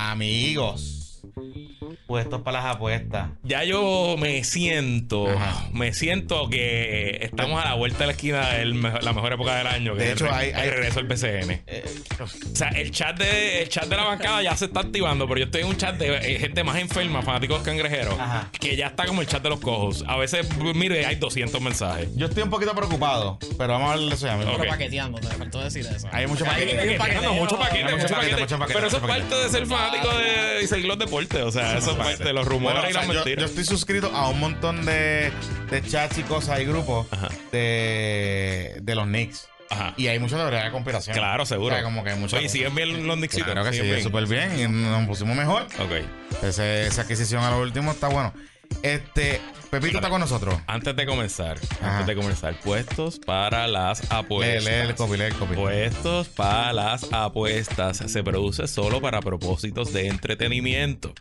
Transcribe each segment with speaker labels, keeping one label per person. Speaker 1: Amigos, puestos para las apuestas.
Speaker 2: Ya yo me siento,
Speaker 1: Ajá.
Speaker 2: me siento que estamos a la vuelta de la esquina de la mejor época del año, que
Speaker 1: De
Speaker 2: es
Speaker 1: hecho,
Speaker 2: el re-
Speaker 1: hay-
Speaker 2: el
Speaker 1: hay-
Speaker 2: regreso al PCN.
Speaker 1: Eh,
Speaker 2: O sea, el chat, de, el chat de la bancada ya se está activando, pero yo estoy en un chat de eh, gente más enferma, fanáticos cangrejeros,
Speaker 1: Ajá.
Speaker 2: que ya está como el chat de los cojos. A veces, mire, hay 200 mensajes.
Speaker 1: yo estoy un poquito preocupado, pero vamos a hablar de eso ya mismo.
Speaker 2: Ok.
Speaker 3: Pero paqueteando, te faltó decir eso.
Speaker 1: Hay mucho
Speaker 3: Acá
Speaker 1: paquete.
Speaker 3: hay un
Speaker 2: Paqueteando, mucho paquete,
Speaker 1: Mucho
Speaker 2: mucho
Speaker 1: paquete,
Speaker 2: paquete.
Speaker 1: mucho paquete,
Speaker 2: Pero eso es
Speaker 1: mucho paquete.
Speaker 2: parte de ser fanático de Ciclos Deporte, o sea, eso es parte de los rumores
Speaker 1: Bueno,
Speaker 2: y
Speaker 1: o sea,
Speaker 2: las
Speaker 1: yo- yo,
Speaker 2: mentiras.
Speaker 1: estoy suscrito a un montón de, de chats y cosas y grupos
Speaker 2: Ajá.
Speaker 1: de, de los Knicks.
Speaker 2: Ajá.
Speaker 1: Y hay mucha teoría de conspiración.
Speaker 2: Claro, seguro.
Speaker 1: O sea, como que hay mucha.
Speaker 2: Oye, siguen bien los Nixitos.
Speaker 1: Claro que
Speaker 2: siguen
Speaker 1: sí,
Speaker 2: bien.
Speaker 1: súper bien. y Nos pusimos mejor.
Speaker 2: Ok.
Speaker 1: Ese- esa adquisición a lo último está bueno. Este, Pepito está con nosotros.
Speaker 2: Antes de comenzar,
Speaker 1: Ajá.
Speaker 2: antes de comenzar, puestos para las
Speaker 1: Lee,
Speaker 2: apuestas.
Speaker 1: lee el copy, lee el copy.
Speaker 2: Pues Puestos para las apuestas se produce solo para propósitos de entretenimiento.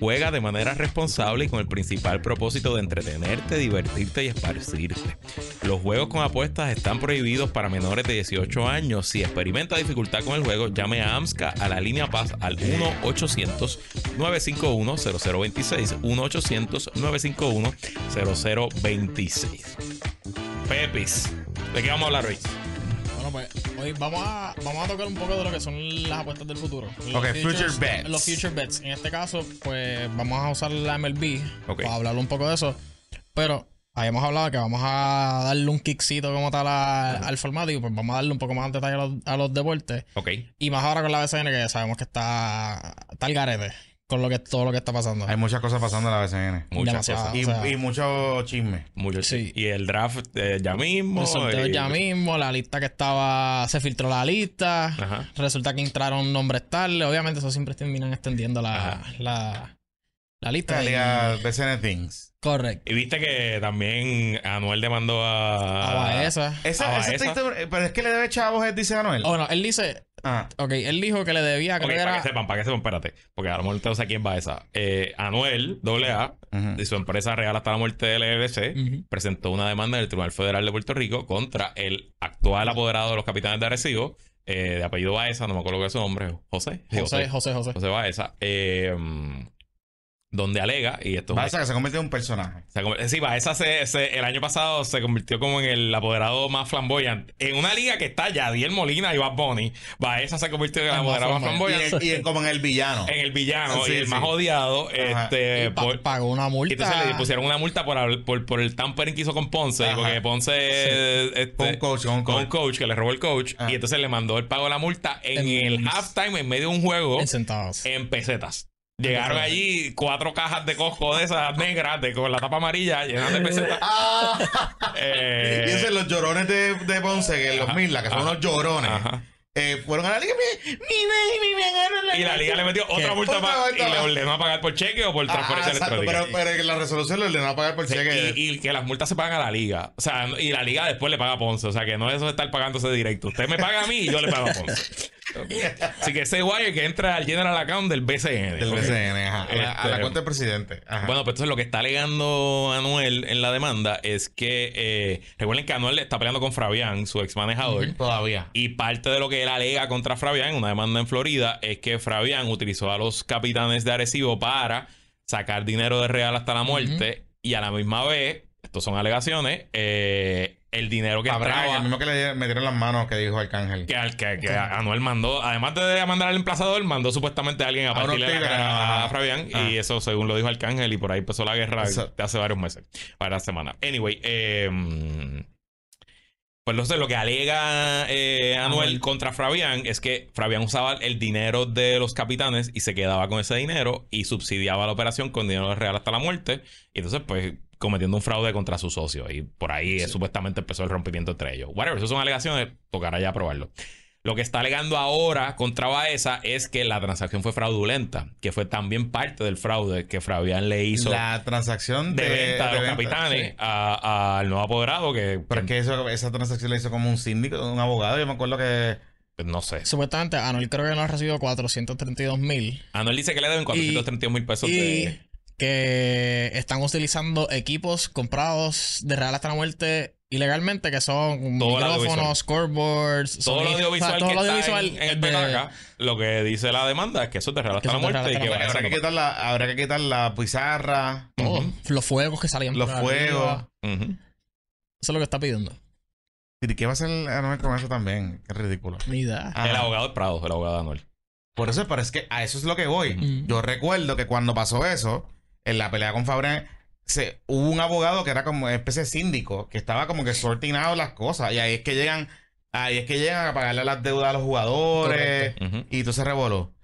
Speaker 2: Juega de manera responsable y con el principal propósito de entretenerte, divertirte y esparcirte. Los juegos con apuestas están prohibidos para menores de 18 años. Si experimenta dificultad con el juego, llame a AMSCA a la línea Paz al 1-800-951-0026. 1-800-951-0026. Pepis, ¿de qué vamos a hablar hoy?
Speaker 3: Bueno, pues hoy vamos a, vamos a tocar un poco de lo que son las apuestas del futuro.
Speaker 1: Ok, future bets.
Speaker 3: Los future bets. En este caso, pues vamos a usar la MLB
Speaker 2: Ok.
Speaker 3: para hablar un poco de eso. Pero habíamos hablado que vamos a darle un kickcito como tal a- al formato y pues vamos a darle un poco más de detalle a los, a los deportes.
Speaker 2: Ok.
Speaker 3: Y más ahora con la BCN que sabemos que está, está el garete con lo que, todo lo que está pasando.
Speaker 1: Hay muchas cosas pasando en la BCN.
Speaker 2: Muchas
Speaker 3: Demasiado.
Speaker 2: cosas.
Speaker 1: Y,
Speaker 3: o sea-
Speaker 1: y mucho chisme.
Speaker 2: Mucho
Speaker 3: Sí.
Speaker 2: Y el draft eh, ya mismo.
Speaker 3: El sorteo
Speaker 2: y-
Speaker 3: ya mismo, la lista que estaba, se filtró la lista,
Speaker 2: Ajá.
Speaker 3: resulta que entraron nombres tales, obviamente eso siempre terminan extendiendo la,
Speaker 2: Ajá.
Speaker 3: la, la lista.
Speaker 1: La
Speaker 3: y-
Speaker 1: liga BCN Things.
Speaker 3: Correcto.
Speaker 2: Y viste que también Anuel demandó a.
Speaker 3: A Baeza.
Speaker 1: Esa,
Speaker 2: Ah,
Speaker 1: esa
Speaker 2: esa.
Speaker 1: triste- pero es que le debe chavos, él dice Anuel.
Speaker 3: Oh, no, él dice,
Speaker 1: Ah,
Speaker 3: ok, él dijo que le debía,
Speaker 2: Ok,
Speaker 3: creo que
Speaker 2: para que
Speaker 3: era...
Speaker 2: sepan, para que sepan, espérate. Porque a lo mejor no sé quién va esa. Eh, Anuel, AA,
Speaker 1: ujú.
Speaker 2: de su empresa real hasta la muerte del LLC,
Speaker 3: Ujú.
Speaker 2: presentó una demanda en el Tribunal Federal de Puerto Rico contra el actual apoderado de los capitanes de Arecibo, eh, de apellido Baeza, no me acuerdo qué es su nombre, José. Sí,
Speaker 3: José, José, José.
Speaker 2: José Baeza. eh, donde alega, y esto es una
Speaker 1: Pasa que se convierte en un personaje.
Speaker 2: Se conv- eh, sí, Baeza se- se- el año pasado se convirtió como en el apoderado más flamboyante. En una liga que está Yadiel Molina y Bad Bunny, Baeza se convirtió en el
Speaker 3: El más
Speaker 2: apoderado más
Speaker 1: Y,
Speaker 2: flamboyante.
Speaker 1: el- y el- como en el villano.
Speaker 2: En el villano
Speaker 1: Sí,
Speaker 2: y el
Speaker 1: sí.
Speaker 2: más odiado.
Speaker 1: Ajá.
Speaker 2: Este,
Speaker 3: Pa-
Speaker 2: por-
Speaker 3: pagó una
Speaker 2: y
Speaker 3: multa.
Speaker 2: entonces le pusieron una multa por, habl- por, por el tampering que hizo con Ponce.
Speaker 1: Ajá.
Speaker 2: Porque Ponce. este,
Speaker 1: Con un coach, con un
Speaker 2: con
Speaker 1: coach.
Speaker 2: un coach que le robó el coach.
Speaker 1: Ajá.
Speaker 2: Y entonces le mandó el pago de la multa en
Speaker 3: En-
Speaker 2: el halftime, en medio de un juego
Speaker 3: en centavos.
Speaker 2: en pesetas. Llegaron allí cuatro cajas de coco de esas negras de, con la tapa amarilla llenas de pesetas. Eh,
Speaker 1: Ah. Y esos son los llorones de, de Ponce, que los Mirla, que son
Speaker 2: ajá.
Speaker 1: unos llorones.
Speaker 2: ajá.
Speaker 1: Eh, fueron a la liga. Mi, mi, mi, mi, me ganaron la
Speaker 2: Y la liga le metió otra
Speaker 3: ¿Qué?
Speaker 2: multa
Speaker 1: Otra
Speaker 2: más y
Speaker 1: multa
Speaker 2: le
Speaker 1: más.
Speaker 2: ordenó a pagar por cheque o por
Speaker 1: Ah,
Speaker 2: transferencia
Speaker 1: exacto,
Speaker 2: electrónica.
Speaker 1: pero, pero que la resolución le ordenó a pagar por
Speaker 2: Sí,
Speaker 1: cheque.
Speaker 2: y, y que las multas se pagan a la liga. O sea, y la liga después le paga a Ponce. O sea, que no es eso de estar pagándose directo. Usted me paga a mí y yo le pago a Ponce. Ok. Así que ese wire que entra al general account del BCN.
Speaker 1: del
Speaker 2: Este, Ok.
Speaker 1: BCN, ajá. A la, a la
Speaker 2: Este,
Speaker 1: cuenta del presidente. Ajá.
Speaker 2: Bueno, pues entonces lo que está alegando Anuel en la demanda es que eh, recuerden que Anuel está peleando con Fabián, su ex manejador.
Speaker 1: todavía.
Speaker 2: Y parte de lo que él alega contra Fabián, una demanda en Florida, es que Fabián utilizó a los capitanes de Arecibo para sacar dinero de Real hasta la muerte. Y a la misma vez, estos son alegaciones, eh, el dinero que
Speaker 1: Habrá el
Speaker 2: entraba,
Speaker 1: mismo que le dieron- metieron las manos que dijo Arcángel.
Speaker 2: que, al- que- que Anuel mandó, además de mandar al emplazador, mandó supuestamente a alguien a
Speaker 1: A unos
Speaker 2: partirle la
Speaker 1: tigres,
Speaker 2: cara a
Speaker 1: ah,
Speaker 2: Fabián. Y
Speaker 1: ah.
Speaker 2: eso, según lo dijo Arcángel, y por ahí empezó la guerra
Speaker 1: Eso.
Speaker 2: de hace varios meses, varias semanas. Anyway, eh. Pues no sé, lo que alega eh, Anuel
Speaker 3: Anuel.
Speaker 2: contra Fabián es que Fabián usaba el dinero de los capitanes y se quedaba con ese dinero y subsidiaba la operación con dinero real hasta la muerte. Y entonces, pues, cometiendo un fraude contra sus socios. Y por ahí eh, supuestamente empezó el rompimiento entre ellos. Whatever, eso son alegaciones, tocará ya probarlo. Lo que está alegando ahora contra Baeza es que la transacción fue fraudulenta, que fue también parte del fraude que Fabián le hizo
Speaker 1: la transacción
Speaker 2: de,
Speaker 1: de,
Speaker 2: venta de, los capitanes
Speaker 1: sí.
Speaker 2: a- al nuevo apoderado, que,
Speaker 1: Pero es
Speaker 2: que
Speaker 1: que eso- esa transacción la hizo como un síndico, un abogado. Yo me acuerdo que.
Speaker 2: no sé,
Speaker 3: Supuestamente, Anuel creo que no ha recibido 432 mil.
Speaker 2: Anuel dice que le deben 432 mil pesos
Speaker 3: Y
Speaker 2: de...
Speaker 3: que están utilizando equipos comprados de Real hasta la muerte ilegalmente, que son
Speaker 2: Todo el audiovisual.
Speaker 3: micrófonos, scoreboards,
Speaker 2: Todo lo
Speaker 3: sonido, o
Speaker 2: audiovisual
Speaker 3: sea,
Speaker 2: que
Speaker 3: todo lo
Speaker 2: está
Speaker 3: audiovisual
Speaker 2: en, en
Speaker 3: es
Speaker 2: el
Speaker 3: de-
Speaker 2: petaca, lo que dice la demanda es que eso es de real
Speaker 3: Que
Speaker 2: hasta la
Speaker 3: eso es de
Speaker 2: muerte y
Speaker 3: real
Speaker 2: que va
Speaker 3: hasta la
Speaker 1: Habrá que
Speaker 2: a
Speaker 1: quitar la, habrá que quitar la pizarra,
Speaker 2: Mm.
Speaker 3: todo. Oh, Los fuegos que salían
Speaker 1: los
Speaker 3: por
Speaker 1: fuegos.
Speaker 3: arriba. Eso es lo que está pidiendo.
Speaker 1: ¿Y ¿Qué va a hacer Anuel con eso también? Qué ridículo.
Speaker 3: Ni idea.
Speaker 1: Ajá.
Speaker 2: El abogado de Prado, el abogado de Anuel.
Speaker 1: Por eso, pero es que a eso es lo que voy.
Speaker 3: Mm.
Speaker 1: Yo recuerdo que cuando pasó eso, en la pelea con Fabre, se, hubo un abogado que era como una especie de síndico, que estaba como que sorting out las cosas. Y ahí es que llegan, ahí es que llegan a pagarle las deudas a los jugadores.
Speaker 2: Ujú.
Speaker 1: Y todo se revoló.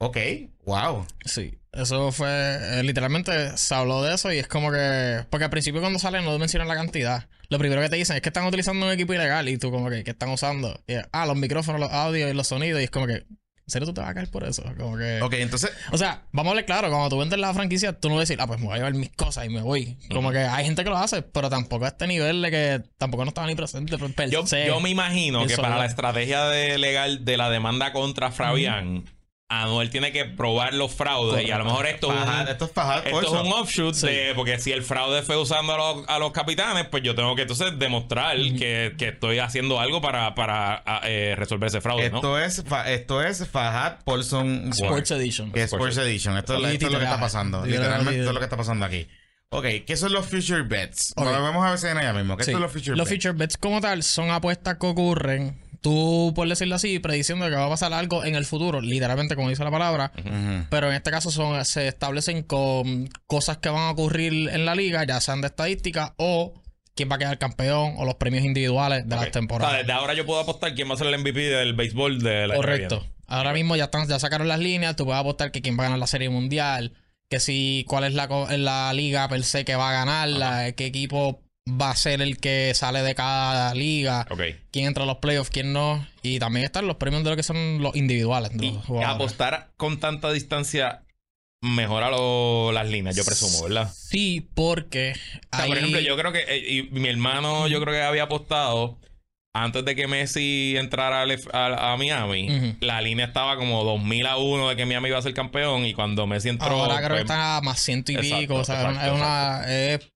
Speaker 1: Ok, wow.
Speaker 3: Sí, eso fue. eh, literalmente se habló de eso y es como que. Porque al principio, cuando salen, no mencionan la cantidad. Lo primero que te dicen es que están utilizando un equipo ilegal y tú, como que, ¿qué están usando? Y, ah, los micrófonos, los audios y los sonidos. Y es como que, ¿en serio tú te vas a caer por eso? Como que.
Speaker 1: Ok, entonces,
Speaker 3: O sea, vamos a hablar claro, cuando tú vendes la franquicia, tú no vas a decir, ah, pues me voy a llevar mis cosas y me voy. Como que hay gente que lo hace, pero tampoco a este nivel de que tampoco no estaba ni presente. pero per
Speaker 2: Yo,
Speaker 3: se.
Speaker 2: yo me imagino que
Speaker 3: Eso
Speaker 2: para
Speaker 3: no.
Speaker 2: la estrategia de legal de la demanda contra Fabián, Anuel tiene que probar los fraudes y a lo mejor esto es un-
Speaker 1: fajad- esto es fajar
Speaker 2: Esto es un offshoot de- porque si el fraude fue usando a los, a los capitanes, pues yo tengo que entonces demostrar que, que estoy haciendo algo para, para a- eh, resolver ese fraude, ¿no?
Speaker 1: Esto es, fa- esto es Fajad Paulson
Speaker 3: Sports Edition.
Speaker 2: Pues,
Speaker 1: Que es Sports Edition. Esto, es- esto es lo que está pasando.
Speaker 3: Literal.
Speaker 1: Literalmente, esto es lo que está pasando aquí. Ok, ¿qué son los future bets?
Speaker 3: Ok.
Speaker 1: Lo vemos a veces en allá mismo. ¿Qué
Speaker 3: Sí.
Speaker 1: son los future
Speaker 3: Los
Speaker 1: bets?
Speaker 3: feature bets como tal son apuestas que ocurren. Tú, por decirlo así, prediciendo que va a pasar algo en el futuro, literalmente como dice la palabra.
Speaker 1: Ujú.
Speaker 3: Pero en este caso son, se establecen con cosas que van a ocurrir en la liga, ya sean de estadística o quién va a quedar campeón o los premios individuales de
Speaker 2: Ok.
Speaker 3: las temporadas.
Speaker 2: O sea, desde ahora yo puedo apostar quién va a ser el MVP del béisbol de la que
Speaker 3: Correcto.
Speaker 2: viene.
Speaker 3: Ahora mismo ya están, ya sacaron las líneas, tú puedes apostar que quién va a ganar la serie mundial, que si cuál es la, co- la liga per se que va a ganarla, qué equipo va a ser el que sale de cada liga,
Speaker 2: Ok.
Speaker 3: quién entra a los playoffs, quién no, y también están los premios de lo que son los individuales. de
Speaker 2: Y
Speaker 3: los jugadores.
Speaker 2: apostar con tanta distancia mejora lo- las líneas, yo presumo, ¿verdad?
Speaker 3: Sí, porque
Speaker 2: pues, O sea,
Speaker 3: ahí-
Speaker 2: por ejemplo, yo creo que eh, y mi hermano yo creo que había apostado antes de que Messi entrara al F- a, a Miami,
Speaker 3: Ujú.
Speaker 2: la línea estaba como 2000 a 1 de que Miami iba a ser campeón y cuando Messi entró
Speaker 3: ahora creo que
Speaker 2: pues,
Speaker 3: está más ciento y
Speaker 2: Exacto,
Speaker 3: pico, o sea,
Speaker 2: exacto,
Speaker 3: es una... es-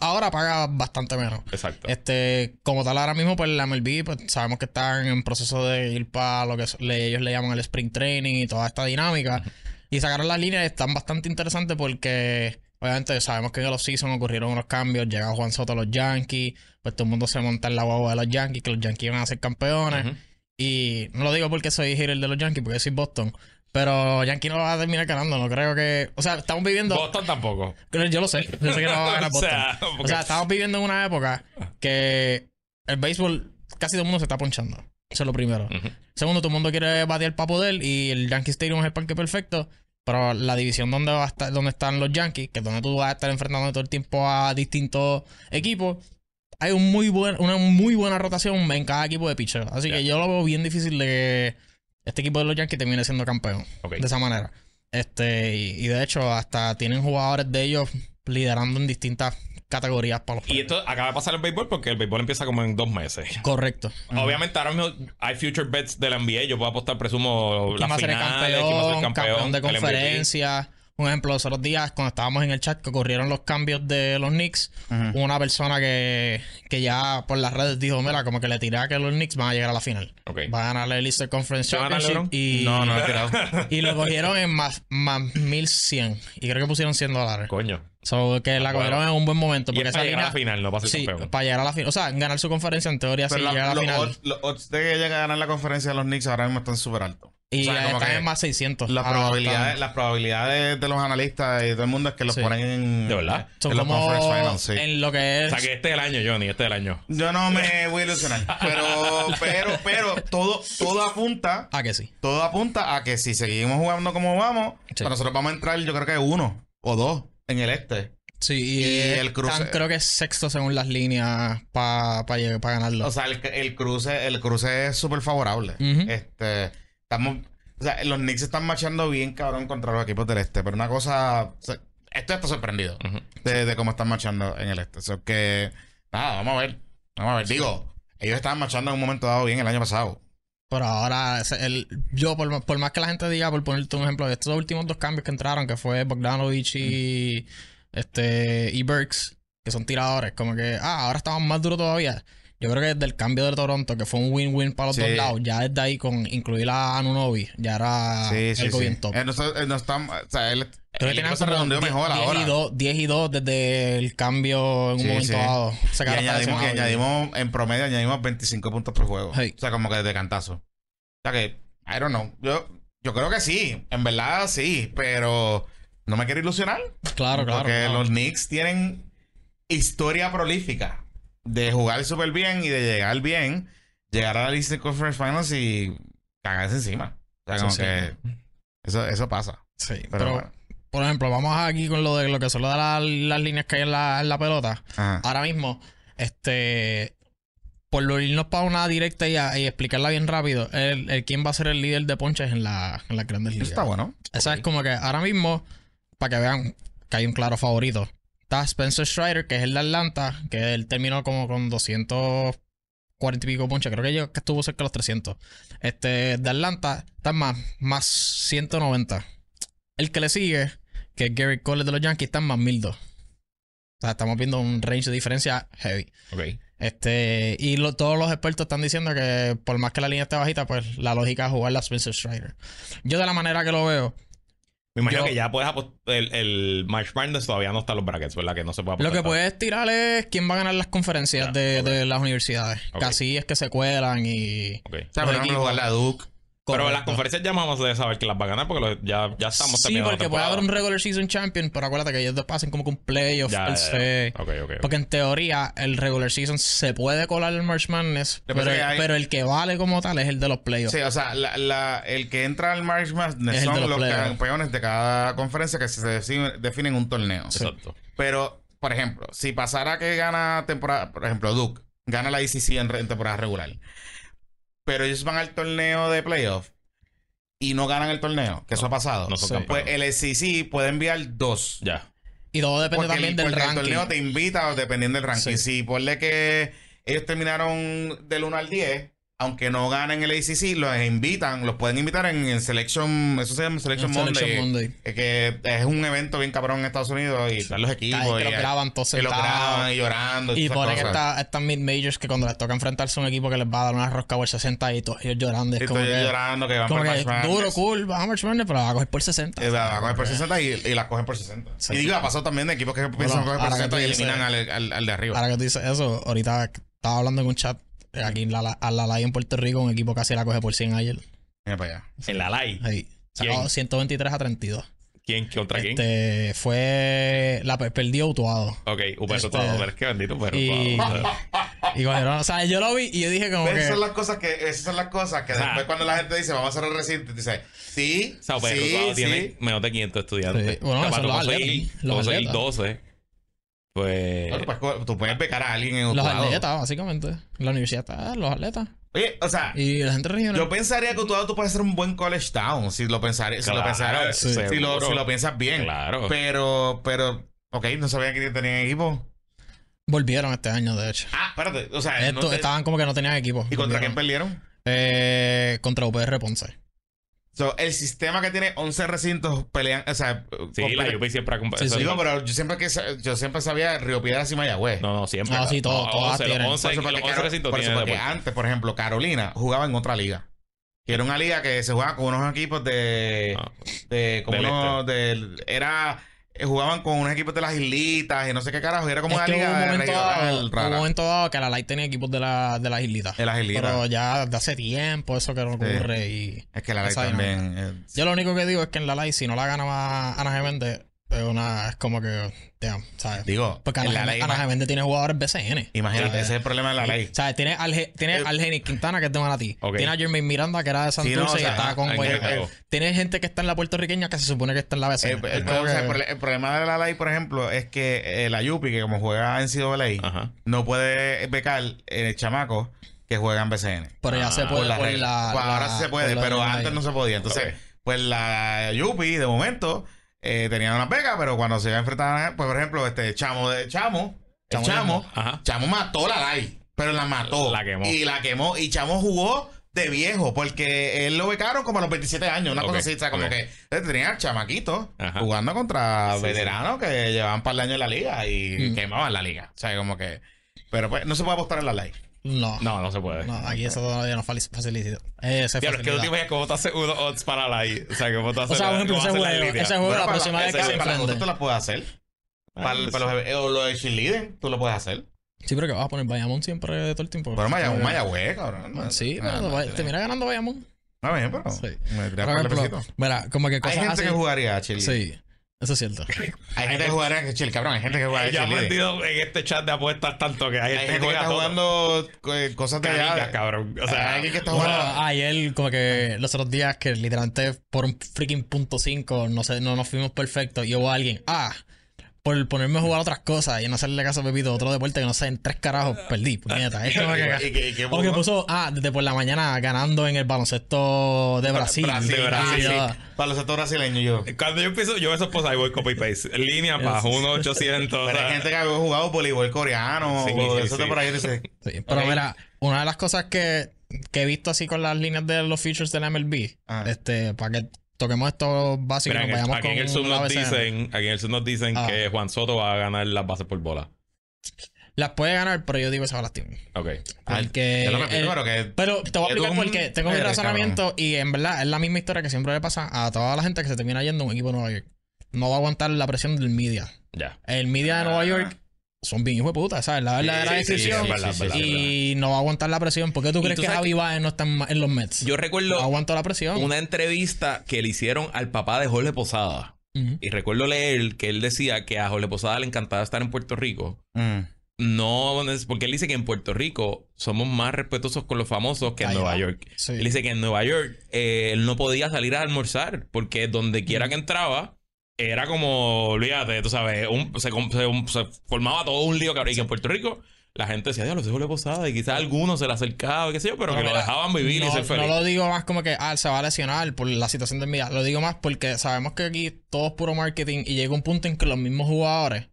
Speaker 3: ahora paga bastante menos.
Speaker 2: Exacto.
Speaker 3: Este, como tal, ahora mismo, pues la MLB, pues sabemos que están en proceso de ir para lo que so- le- ellos le llaman el sprint training y toda esta dinámica. Y sacaron las líneas, están bastante interesantes porque, obviamente, sabemos que en los season ocurrieron unos cambios. Llega Juan Soto a los Yankees, pues todo el mundo se monta en la guagua de los Yankees, que los Yankees iban a ser campeones.
Speaker 2: Ujú.
Speaker 3: Y no lo digo porque soy hater de los Yankees, porque soy Boston. Pero Yankees no va a terminar ganando, no creo que. O sea, estamos viviendo.
Speaker 2: Boston tampoco.
Speaker 3: Creo- Yo lo sé. Yo sé que no va a ganar
Speaker 2: O
Speaker 3: Boston.
Speaker 2: sea,
Speaker 3: O
Speaker 2: porque-
Speaker 3: sea, estamos viviendo en una época que el béisbol, casi todo el mundo se está ponchando. Eso es lo primero.
Speaker 2: Ujú.
Speaker 3: Segundo, todo el mundo quiere batear para poder y el Yankee Stadium es el parque perfecto. Pero la división donde, va a estar, donde están los Yankees, que es donde tú vas a estar enfrentando todo el tiempo a distintos equipos, hay un muy buen, una muy buena rotación en cada equipo de pitcher. Así
Speaker 2: Ya.
Speaker 3: que yo lo veo bien difícil de que este equipo de los Yankees termine siendo campeón
Speaker 2: Ok.
Speaker 3: de esa manera. Este, y, y de hecho, hasta tienen jugadores de ellos liderando en distintas categorías para los
Speaker 2: Y esto acaba de pasar el béisbol porque el béisbol empieza como en dos meses.
Speaker 3: Correcto.
Speaker 2: Obviamente ahora mismo hay future bets de la NBA. Yo puedo apostar, presumo,
Speaker 3: ¿Quién va
Speaker 2: la
Speaker 3: a ser el
Speaker 2: final,
Speaker 3: campeón, campeón, de
Speaker 2: el MVP.
Speaker 3: conferencia. Un ejemplo, los otros días, cuando estábamos en el chat, que ocurrieron los cambios de los Knicks,
Speaker 1: Ujú.
Speaker 3: una persona que, que ya por las redes dijo, mira, como que le tiré a que los Knicks van a llegar a la final.
Speaker 2: Ok.
Speaker 3: Va a ganar el Eastern Conference
Speaker 2: ¿Se va a ganar
Speaker 3: Championship y,
Speaker 1: No, no, he tirado.
Speaker 3: y lo cogieron en más, más 1100. Y creo que pusieron 100 dólares.
Speaker 2: Coño.
Speaker 3: So, que la
Speaker 2: Bueno.
Speaker 3: cogieron en un buen momento.
Speaker 2: Y
Speaker 3: Porque
Speaker 2: es
Speaker 3: esa
Speaker 2: para llegar a
Speaker 3: línea,
Speaker 2: la final, no pasa el
Speaker 3: sí,
Speaker 2: campeón.
Speaker 3: para llegar a la final. O sea, ganar su conferencia en teoría sí
Speaker 1: Pero la-
Speaker 3: llegar a la
Speaker 1: los
Speaker 3: final.
Speaker 1: odds- los odds de que llegan a ganar la conferencia de los Knicks ahora mismo están súper altos.
Speaker 3: y
Speaker 1: o sea,
Speaker 3: ya
Speaker 1: como
Speaker 3: están
Speaker 1: que
Speaker 3: en más 600.
Speaker 1: Las
Speaker 3: Ah,
Speaker 1: probabilidades,
Speaker 3: están-
Speaker 1: las probabilidades de los analistas y de todo el mundo es que los
Speaker 3: Sí.
Speaker 1: ponen en,
Speaker 2: De verdad.
Speaker 3: son
Speaker 1: en los
Speaker 3: como
Speaker 1: conference finals. sí.
Speaker 3: en lo que
Speaker 2: O
Speaker 3: es
Speaker 2: sea, que este es el año, Johnny, este es el año.
Speaker 1: Yo no me voy a ilusionar. Pero, pero, pero, todo, todo apunta
Speaker 3: Ah, que sí.
Speaker 1: todo apunta a que si seguimos jugando como vamos,
Speaker 3: Sí.
Speaker 1: pues nosotros vamos a entrar, yo creo que uno o dos en el este.
Speaker 3: Sí, y,
Speaker 1: Y
Speaker 3: eh,
Speaker 1: el cruce-
Speaker 3: están, creo que es sexto según las líneas para pa, llegar- pa ganarlo.
Speaker 1: O sea, el, el cruce, el cruce es súper favorable.
Speaker 3: Ujú.
Speaker 1: Este, estamos, o sea, los Knicks están marchando bien, cabrón, contra los equipos del este. Pero una cosa, o sea, esto está sorprendido
Speaker 2: Ujú.
Speaker 1: de, de cómo están marchando en el este. So que, nada, vamos a ver, vamos a ver. Digo, ellos estaban marchando en un momento dado bien el año pasado.
Speaker 3: Pero ahora, ese- el, yo, por, más- por más que la gente diga, por ponerte un ejemplo, de estos últimos dos cambios que entraron, que fue Bogdanovich y,
Speaker 1: Mm.
Speaker 3: este, y Burks, que son tiradores, como que, ah, ahora estaban más duros todavía. Yo creo que desde el cambio de Toronto, que fue un win-win para los
Speaker 1: Sí.
Speaker 3: dos lados, ya desde ahí, con incluir a Anunobi, ya era
Speaker 1: Sí, sí,
Speaker 3: Ah, algo
Speaker 1: sí.
Speaker 3: bien top.
Speaker 1: Él no, está- él no está- o sea, él,
Speaker 3: Creo
Speaker 1: el
Speaker 3: que tenían
Speaker 1: equipo se
Speaker 3: como
Speaker 1: redondeó
Speaker 3: 10
Speaker 1: mejor
Speaker 3: 10
Speaker 1: ahora.
Speaker 3: Y 2, 10 y 2 desde el cambio en un
Speaker 1: Sí,
Speaker 3: momento
Speaker 1: sí.
Speaker 3: dado. Se
Speaker 1: Y
Speaker 3: quedaron
Speaker 1: añadimos, y
Speaker 3: lesionados.
Speaker 1: añadimos, en promedio, añadimos 25 puntos por juego.
Speaker 3: Hey.
Speaker 1: O sea, como que de cantazo. O sea que, I don't know. Yo, yo creo que sí. En verdad, sí. Pero no me quiero ilusionar.
Speaker 3: Claro, claro.
Speaker 1: porque
Speaker 3: claro.
Speaker 1: los Knicks tienen historia prolífica de jugar súper bien y de llegar bien, llegar a la Eastern Conference Finals y cagarse encima. O sea,
Speaker 3: Eso
Speaker 1: como
Speaker 3: sí.
Speaker 1: que eso, eso pasa.
Speaker 3: Sí, pero,
Speaker 1: Pero, bueno,
Speaker 3: por ejemplo, vamos aquí con lo de lo que son las, las líneas que hay en la, en la pelota.
Speaker 1: ajá.
Speaker 3: Ahora mismo, este. Por lo- irnos para una directa y, a- y explicarla bien rápido, el, el quién va a ser el líder de ponches en la, en las grandes
Speaker 1: Eso
Speaker 3: ligas.
Speaker 1: está bueno.
Speaker 3: Esa
Speaker 2: Ok.
Speaker 3: es como que ahora mismo, para que vean que hay un claro favorito. Está Spencer Strider, que es el de Atlanta, que él terminó como con 240 y pico punches. Creo que yo que estuvo cerca de los 300. Este, de Atlanta está más, más 190. El que le sigue, que es Gary Cole de los Yankees, está en más 1200. O sea, estamos viendo un range de diferencia heavy.
Speaker 2: Ok.
Speaker 3: Este, y lo- todos los expertos están diciendo que por más que la línea esté bajita, pues la lógica es jugar la Spencer Strider. Yo de la manera que lo veo,
Speaker 2: Me imagino
Speaker 3: Yo-
Speaker 2: que ya puedes apostar. El, el March Madness todavía no está en los brackets, ¿verdad? Que no se puede
Speaker 3: Lo
Speaker 2: apostar.
Speaker 3: que puedes tirar es quién va a ganar las conferencias
Speaker 2: Ya,
Speaker 3: de, de las universidades.
Speaker 2: Ok.
Speaker 3: Casi es que se cuelan y.
Speaker 2: Ok.
Speaker 1: O sea,
Speaker 3: Los
Speaker 1: por ejemplo,
Speaker 3: equipos.
Speaker 1: jugar la Duke.
Speaker 2: Pero
Speaker 3: Correcto.
Speaker 2: las conferencias ya vamos a saber que las va a ganar porque los- ya, ya estamos
Speaker 3: Sí,
Speaker 2: terminando la
Speaker 3: porque puede
Speaker 2: temporada.
Speaker 3: haber un regular season champion, pero acuérdate que ellos pasen como que un playoff.
Speaker 2: Ya,
Speaker 3: per
Speaker 2: ya, ya.
Speaker 3: se.
Speaker 2: Ok, ok, ok.
Speaker 3: Porque en teoría el regular season se puede colar el March Madness,
Speaker 1: que
Speaker 3: pero,
Speaker 1: pasa es que hay-
Speaker 3: pero el que vale como tal es el de los playoffs.
Speaker 1: Sí, o sea, la- la- el que entra al March Madness
Speaker 3: Es el de
Speaker 1: son
Speaker 3: los
Speaker 1: los
Speaker 3: playoffs.
Speaker 1: campeones de cada conferencia que se definen definen en un torneo.
Speaker 2: Exacto.
Speaker 1: Pero, por ejemplo, si pasara que gana temporada, por ejemplo, Duke gana la ICC en, re- en temporada regular, pero ellos van al torneo de playoff y no ganan el torneo, que eso ha pasado,
Speaker 2: No son
Speaker 3: Sí.
Speaker 1: pues
Speaker 2: campeones.
Speaker 1: el ICC puede enviar dos.
Speaker 2: Ya.
Speaker 3: Y todo depende
Speaker 1: Porque,
Speaker 3: también
Speaker 1: el,
Speaker 3: del
Speaker 1: porque el
Speaker 3: ranking.
Speaker 1: torneo te invita o dependiendo del ranking.
Speaker 3: Sí.
Speaker 1: Si ponle que ellos terminaron del 1 al 10, aunque no ganen el ACC, los invitan, los pueden invitar en, en Selection, eso se llama Selection,
Speaker 3: Un Selection
Speaker 1: Monday,
Speaker 3: Monday.
Speaker 1: eh, que es un evento bien cabrón en Estados Unidos y están los equipos.
Speaker 3: Cada vez que
Speaker 1: y
Speaker 3: lo
Speaker 1: hay-
Speaker 3: graban todos
Speaker 1: que lo graban
Speaker 3: sentados.
Speaker 1: y llorando.
Speaker 3: Y
Speaker 1: esas
Speaker 3: ponen
Speaker 1: cosas.
Speaker 3: estas estas mid-majors que cuando les toca enfrentarse a un equipo que les va a dar una rosca por 60 y todos ellos llorando. Es
Speaker 1: Y
Speaker 3: como
Speaker 1: estoy
Speaker 3: que-
Speaker 1: llorando que van
Speaker 3: Como
Speaker 1: por
Speaker 3: que
Speaker 1: March Madness.
Speaker 3: duro, cool, vas a March Madness, pero la vas a coger por 60.
Speaker 1: Eh, La cogen por 60 y, y la cogen por 60.
Speaker 3: Sí.
Speaker 1: Y digo, ha pasado también de equipos que piensan
Speaker 3: Bueno,
Speaker 1: coger por
Speaker 3: ahora que
Speaker 1: 60
Speaker 3: tú
Speaker 1: y
Speaker 3: dices-
Speaker 1: eliminan al, al- al de arriba.
Speaker 3: Ahora que tú dices eso, ahorita estaba hablando en un chat eh, aquí en la, la- a la LAI en Puerto Rico, un equipo casi la coge por 100 ayer.
Speaker 1: Mira para allá.
Speaker 2: En la LAI.
Speaker 3: Ahí. Sacó
Speaker 2: ¿Quién?
Speaker 3: 123 a 32.
Speaker 2: ¿Quién? ¿Contra quién?
Speaker 3: Este, fue. La pe- perdió Utuado.
Speaker 2: Ok, Uber
Speaker 3: Este-
Speaker 2: Rotado. Pero es que bendito Uber
Speaker 3: Y- Y cogieron- o sea, yo lo vi y yo dije como
Speaker 1: Pero Esas son
Speaker 3: que.
Speaker 1: las cosas que, esas son las cosas que
Speaker 2: Ah.
Speaker 1: después cuando la gente dice vamos a hacer el recinto, dice, sí,
Speaker 2: O sea, Uber
Speaker 1: sí,
Speaker 2: Rotado
Speaker 1: sí.
Speaker 2: tiene menos de 500 estudiantes.
Speaker 3: Sí. Bueno,
Speaker 2: Capaz
Speaker 3: son
Speaker 2: tú
Speaker 3: los
Speaker 2: conseguir-
Speaker 3: atletas, los
Speaker 2: conseguir
Speaker 3: atletas.
Speaker 2: 12.
Speaker 1: No, tú
Speaker 2: Pues.
Speaker 1: puedes co- tú puedes becar a alguien en un
Speaker 3: Los
Speaker 1: lado.
Speaker 3: atletas, básicamente. La universidad está, los atletas.
Speaker 1: Oye, o sea,
Speaker 3: Y la gente regional.
Speaker 1: yo pensaría que Utuado tú puedes ser un buen college town si lo pensaría, si lo
Speaker 2: Claro,
Speaker 1: pensaras,
Speaker 2: sí.
Speaker 1: si, lo,
Speaker 2: seguro.
Speaker 1: si lo piensas bien.
Speaker 2: Claro.
Speaker 1: Pero, pero, ok, no sabía que tenían equipo.
Speaker 3: Volvieron este año, de hecho.
Speaker 1: Ah, espérate, o sea, no
Speaker 3: Esto-
Speaker 1: te-
Speaker 3: Estaban como que no tenían equipo.
Speaker 1: ¿y contra quién
Speaker 3: Volvieron.
Speaker 1: perdieron?
Speaker 3: Eh, contra UPR Ponce.
Speaker 1: So, el sistema que tiene 11 recintos pelean, o sea,
Speaker 2: Sí,
Speaker 1: completan-
Speaker 2: la UP siempre ha compa-
Speaker 3: Sí,
Speaker 2: eso-
Speaker 3: sí.
Speaker 1: Digo, pero yo siempre que sa- yo siempre sabía Río Piedras y Mayagüez.
Speaker 2: No, no, siempre.
Speaker 3: No, sí, todo- todas
Speaker 2: once, los
Speaker 3: tienen.
Speaker 2: 11,
Speaker 1: Por eso, porque
Speaker 2: los 11
Speaker 1: Caro-
Speaker 2: recintos
Speaker 1: por eso,
Speaker 2: tienen
Speaker 1: porque
Speaker 2: deporte.
Speaker 1: antes, por ejemplo, Carolina jugaba en otra liga. Que era una liga que se jugaba con unos equipos de.
Speaker 2: Ah.
Speaker 1: de como
Speaker 2: Del este.
Speaker 1: unos- del- era. eh, Jugaban con unos equipos de las islitas y no sé qué carajo. y Era como
Speaker 3: Es
Speaker 1: una
Speaker 3: que hubo
Speaker 1: liga
Speaker 3: un,
Speaker 1: de
Speaker 3: momento dado,
Speaker 1: regional
Speaker 3: hubo un
Speaker 1: rara,
Speaker 3: momento dado que la Light tenía equipos de, la, de las islitas.
Speaker 1: de las islitas.
Speaker 3: Pero ya de hace tiempo eso que no ocurre. Y
Speaker 1: es que la liga
Speaker 3: esa
Speaker 1: también. eh,
Speaker 3: yo lo único que digo es que en la Light, si no la ganaba Ana Gemende, es, una, es como que. Damn, ¿sabes?
Speaker 1: digo,
Speaker 3: Porque
Speaker 1: en
Speaker 3: Ana,
Speaker 1: la ley,
Speaker 3: Ana Gemende tiene jugadores BCN.
Speaker 1: imagínate, ese es el problema de la ley.
Speaker 3: O sea, tiene Alge, tiene
Speaker 1: Eh,
Speaker 3: Algenis Quintana, que es de Manatí.
Speaker 2: Ok.
Speaker 3: Tiene a Jermaine Miranda, que era de Santurce
Speaker 1: no, o
Speaker 3: y
Speaker 1: sea, ah,
Speaker 3: está con
Speaker 2: hay
Speaker 3: Guaynabo.
Speaker 2: que-
Speaker 3: Eh, Tiene gente que está en la puertorriqueña que se supone que está en la BCN.
Speaker 1: Eh,
Speaker 3: Es
Speaker 1: eh,
Speaker 3: como
Speaker 1: o sea,
Speaker 3: que-
Speaker 1: el, prole- el problema de la ley, por ejemplo, es que eh, la Yupi, que como juega en CWA,
Speaker 2: Ajá.
Speaker 1: no puede becar eh, chamacos que juegan BCN.
Speaker 3: pero ya
Speaker 2: Ah,
Speaker 3: se
Speaker 2: por
Speaker 3: puede
Speaker 1: la
Speaker 3: por
Speaker 1: regla.
Speaker 3: la-
Speaker 1: Pues ahora
Speaker 3: la-
Speaker 1: sí se
Speaker 3: por
Speaker 1: puede,
Speaker 3: la
Speaker 1: pero
Speaker 3: regla
Speaker 1: antes
Speaker 3: ahí.
Speaker 1: no se podía. Entonces,
Speaker 2: Ok.
Speaker 1: pues la Yupi, de momento, eh, tenía unas becas, pero cuando se iba a enfrentar, pues por ejemplo, este Chamo de Chamo, el
Speaker 3: Chamo
Speaker 1: Chamo,
Speaker 2: Ajá.
Speaker 1: Chamo mató la LAI, pero la mató.
Speaker 2: La quemó.
Speaker 1: Y la quemó. Y Chamo jugó de viejo, porque él lo becaron como a los 27 años, una
Speaker 2: Ok,
Speaker 1: cosa así, o sea, como
Speaker 2: ok.
Speaker 1: que eh, tenía chamaquitos
Speaker 2: Ajá.
Speaker 1: jugando contra
Speaker 2: Sí, sí.
Speaker 1: veteranos que llevaban par de años en la liga y
Speaker 3: Mm.
Speaker 1: quemaban la liga. O sea, como que. Pero pues, no se puede apostar en la live.
Speaker 3: No, no,
Speaker 2: No, no se puede.
Speaker 3: aquí eso todavía no fali- facilita. Eh, se
Speaker 2: Diablo, es que tú te
Speaker 3: facilita.
Speaker 2: imaginas cómo tú haces uno odds para la I. O sea, que vos tú haces
Speaker 3: O sea, por ejemplo,
Speaker 2: cómo
Speaker 3: ese
Speaker 2: haces la
Speaker 3: juego,
Speaker 2: línea.
Speaker 3: ese juego
Speaker 1: Bueno,
Speaker 3: la
Speaker 1: para-
Speaker 3: próxima vez
Speaker 1: ese-
Speaker 3: que se
Speaker 1: para los otros tú
Speaker 3: enfrente.
Speaker 1: la puedes hacer.
Speaker 2: Ah,
Speaker 1: Para, para los, eh, o los de cheerleading, tú lo puedes hacer.
Speaker 3: Sí, pero que vas a poner Bayamón siempre todo el tiempo.
Speaker 1: Pero Mayagüez, Mayagüez, cabrón.
Speaker 3: Sí,
Speaker 1: Ah,
Speaker 3: pero
Speaker 1: no,
Speaker 3: te-
Speaker 1: no,
Speaker 3: te mira ganando Bayamón.
Speaker 1: Está bien, pero.
Speaker 3: Sí.
Speaker 1: me tiras
Speaker 3: Por
Speaker 1: por el
Speaker 3: ejemplo,
Speaker 1: pesito.
Speaker 3: mira, como que
Speaker 1: Hay
Speaker 3: cosas
Speaker 1: gente
Speaker 3: así.
Speaker 1: que jugaría a cheerleading.
Speaker 3: Sí, eso es cierto.
Speaker 1: Hay gente que jugaría a cheerleading, cabrón. Hay gente que jugaría a
Speaker 2: Ya este he
Speaker 1: cheerleading.
Speaker 2: aprendido en este chat de apuestas tanto que hay
Speaker 1: Hay
Speaker 2: gente
Speaker 1: gente que está
Speaker 2: todo.
Speaker 1: jugando eh, cosas de
Speaker 2: canicas,
Speaker 1: allá.
Speaker 2: cabrón. O sea,
Speaker 1: Hay alguien que está
Speaker 3: Bueno,
Speaker 1: jugando.
Speaker 3: ayer, como que los otros días, que literalmente por un freaking punto 5, no sé, no nos fuimos perfectos. Y hubo alguien, ah, por ponerme a jugar otras cosas y no hacerle caso a Pepito, otro deporte que no sé, en tres carajos, perdí, puñeta. Es como
Speaker 1: Y
Speaker 3: que-
Speaker 1: que- y que
Speaker 3: O que puso, ah, desde por la mañana ganando en el baloncesto de Brasil.
Speaker 1: Brasil,
Speaker 2: de Brasil,
Speaker 1: ah,
Speaker 3: Y yo,
Speaker 1: sí. Para los sectores brasileños yo.
Speaker 2: cuando yo empiezo, yo eso pues ahí voy copy paste. Línea bajo 1800.
Speaker 1: Pero hay gente que ha jugado voleibol coreano
Speaker 2: Sí,
Speaker 1: o
Speaker 2: sí,
Speaker 1: eso de
Speaker 2: sí.
Speaker 1: por ahí dice.
Speaker 3: sí. Pero
Speaker 1: Ok.
Speaker 3: mira, una de las cosas que, que he visto así con las líneas de los features de la MLB,
Speaker 1: Ah.
Speaker 3: este, para que toquemos estos básicos,
Speaker 2: Mira, en
Speaker 3: y nos
Speaker 2: el-
Speaker 3: vayamos
Speaker 2: aquí
Speaker 3: con
Speaker 2: en el sub
Speaker 3: la
Speaker 2: nos
Speaker 3: BCN.
Speaker 2: dicen, aquí en el sub nos dicen
Speaker 3: Ah.
Speaker 2: que Juan Soto va a ganar las bases por bola.
Speaker 3: Las puede ganar, pero yo digo que se va a lastimar.
Speaker 2: Ok.
Speaker 3: Porque
Speaker 1: Yo lo
Speaker 3: el-
Speaker 1: repito, pero que.
Speaker 3: Pero te voy a
Speaker 1: Que tú
Speaker 3: explicar
Speaker 1: un-
Speaker 3: por qué. Tengo mi
Speaker 1: eres,
Speaker 3: razonamiento y en verdad es la misma historia que siempre le pasa a toda la gente que se termina yendo a un equipo de Nueva York. No va a aguantar la presión del media.
Speaker 2: Ya.
Speaker 3: El media de Nueva
Speaker 1: Ah.
Speaker 3: York son bien hijos de puta, ¿sabes? La verdadera
Speaker 2: Sí, sí,
Speaker 3: descripción.
Speaker 2: sí, es verdad, es verdad, es
Speaker 3: y no va a aguantar la presión. ¿Por qué tú
Speaker 2: Y
Speaker 3: crees
Speaker 2: tú
Speaker 3: que
Speaker 2: sabes
Speaker 3: Javi Baez no está en, ma- en los Mets?
Speaker 2: verdad. Yo
Speaker 3: no
Speaker 2: recuerdo
Speaker 3: aguanto la presión.
Speaker 2: una entrevista que le hicieron al papá de Jorge Posada.
Speaker 3: Ujú.
Speaker 2: Y recuerdo leer que él decía que a Jorge Posada le encantaba estar en Puerto Rico.
Speaker 1: Mm.
Speaker 2: No, es porque él dice que en Puerto Rico somos más respetuosos con los famosos que en
Speaker 3: Ahí
Speaker 2: Nueva
Speaker 3: va.
Speaker 2: York.
Speaker 3: Sí.
Speaker 2: Él dice que en Nueva York eh, él no podía salir a almorzar porque donde quiera que entraba era como, olvídate, tú sabes, un- se, com- se- un- se formaba todo un lío cabrón. Y que en Puerto Rico la gente decía, diablo, se Julio Posada y quizás algunos se le acercaba, qué sé yo, pero
Speaker 3: No,
Speaker 2: que lo
Speaker 3: mira,
Speaker 2: dejaban vivir y
Speaker 3: no,
Speaker 2: ser feliz.
Speaker 3: No lo digo más como que ah, se va a lesionar por la situación del media. Lo digo más porque sabemos que aquí todo es puro marketing y llega un punto en que los mismos jugadores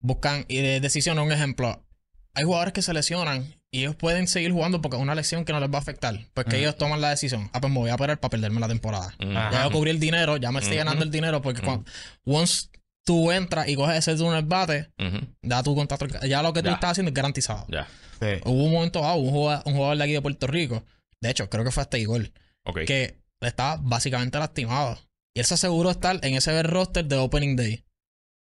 Speaker 3: buscan y de decisión. Un ejemplo, hay jugadores que se lesionan y ellos pueden seguir jugando porque es una lesión que no les va a afectar. Pues que
Speaker 1: Ujú.
Speaker 3: ellos toman la decisión. Ah, pues me voy a operar para perderme la temporada.
Speaker 2: Mm.
Speaker 1: Ajá.
Speaker 3: Ya yo cubrí el dinero, ya me estoy ganando
Speaker 2: Ujú.
Speaker 3: el dinero porque
Speaker 2: Ujú.
Speaker 3: cuando once tú entras y coges ese túnel bate,
Speaker 2: Ujú.
Speaker 3: da tu contrato. Ya lo que tú
Speaker 2: Ya.
Speaker 3: estás haciendo es garantizado.
Speaker 2: Ya,
Speaker 1: Sí.
Speaker 3: Hubo un momento dado, un jugador, un jugador de aquí de Puerto Rico, de hecho, creo que fue hasta Igor,
Speaker 2: ok.
Speaker 3: que estaba básicamente lastimado. Y él se aseguró estar en ese roster de Opening Day.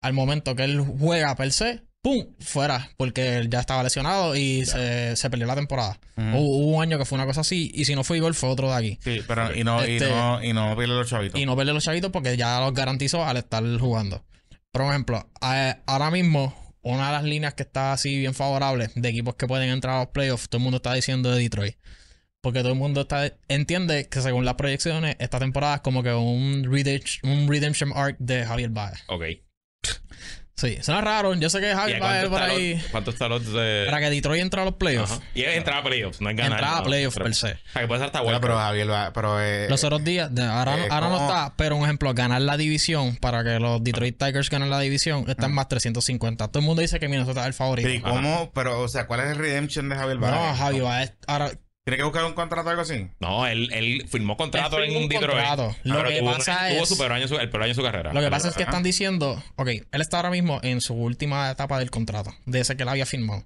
Speaker 3: Al momento que él juega per se, ¡pum! fuera, porque él ya estaba lesionado y se, se perdió la temporada.
Speaker 1: Ujú.
Speaker 3: Hubo, hubo un año que fue una cosa así, y si no fue Igor, fue otro de aquí.
Speaker 1: mm. Sí, pero y no, y
Speaker 3: Este-
Speaker 1: no, y no pierde los chavitos.
Speaker 3: Y no perder los chavitos porque ya los garantizó al estar jugando. Por ejemplo, a- ahora mismo, una de las líneas que está así bien favorable de equipos que pueden entrar a los playoffs, todo el mundo está diciendo de Detroit. Porque todo el mundo está entiende que según las proyecciones, esta temporada es como que un, redemption- un redemption arc de Javier Baez.
Speaker 2: Ok.
Speaker 3: Sí, suena raro. Yo sé que
Speaker 2: ¿Y a
Speaker 3: Javier Baez
Speaker 2: cuánto
Speaker 3: por
Speaker 2: está el
Speaker 3: ahí.
Speaker 2: odds- ¿Cuánto está el odds de...?
Speaker 3: Para que Detroit entre a los playoffs.
Speaker 2: Ajá. Y es entrar a playoffs, no es ganar.
Speaker 3: Entrada a
Speaker 2: no.
Speaker 3: playoffs
Speaker 2: Pero-
Speaker 3: per se.
Speaker 2: O sea, que puede ser hasta
Speaker 1: Bueno,
Speaker 2: wild
Speaker 1: pero
Speaker 2: card.
Speaker 1: Javier va- pero eh,
Speaker 3: Los otros días, de- ahora,
Speaker 1: eh,
Speaker 3: ahora no
Speaker 1: ¿cómo?
Speaker 3: está, pero un ejemplo, ganar la división para que los Detroit Tigers ganen la división están más 350. Todo el mundo dice que Minnesota es el favorito.
Speaker 1: ¿y cómo? Pero, o sea, ¿cuál es el redemption de Javier Baez?
Speaker 3: no, Javi Baez, ahora
Speaker 1: ¿Tiene que buscar un contrato o algo así?
Speaker 2: No, él, él firmó contrato
Speaker 3: Él
Speaker 2: en
Speaker 3: firmó
Speaker 2: un
Speaker 3: un
Speaker 2: Detroit.
Speaker 3: contrato. Lo
Speaker 2: Pero
Speaker 3: que
Speaker 2: tuvo,
Speaker 3: pasa
Speaker 2: tuvo
Speaker 3: es-
Speaker 2: su peor año, su- el peor año de su carrera.
Speaker 3: lo que pasa es que
Speaker 1: Ajá.
Speaker 3: están diciendo, ok, él está ahora mismo en su última etapa del contrato, de ese que él había firmado.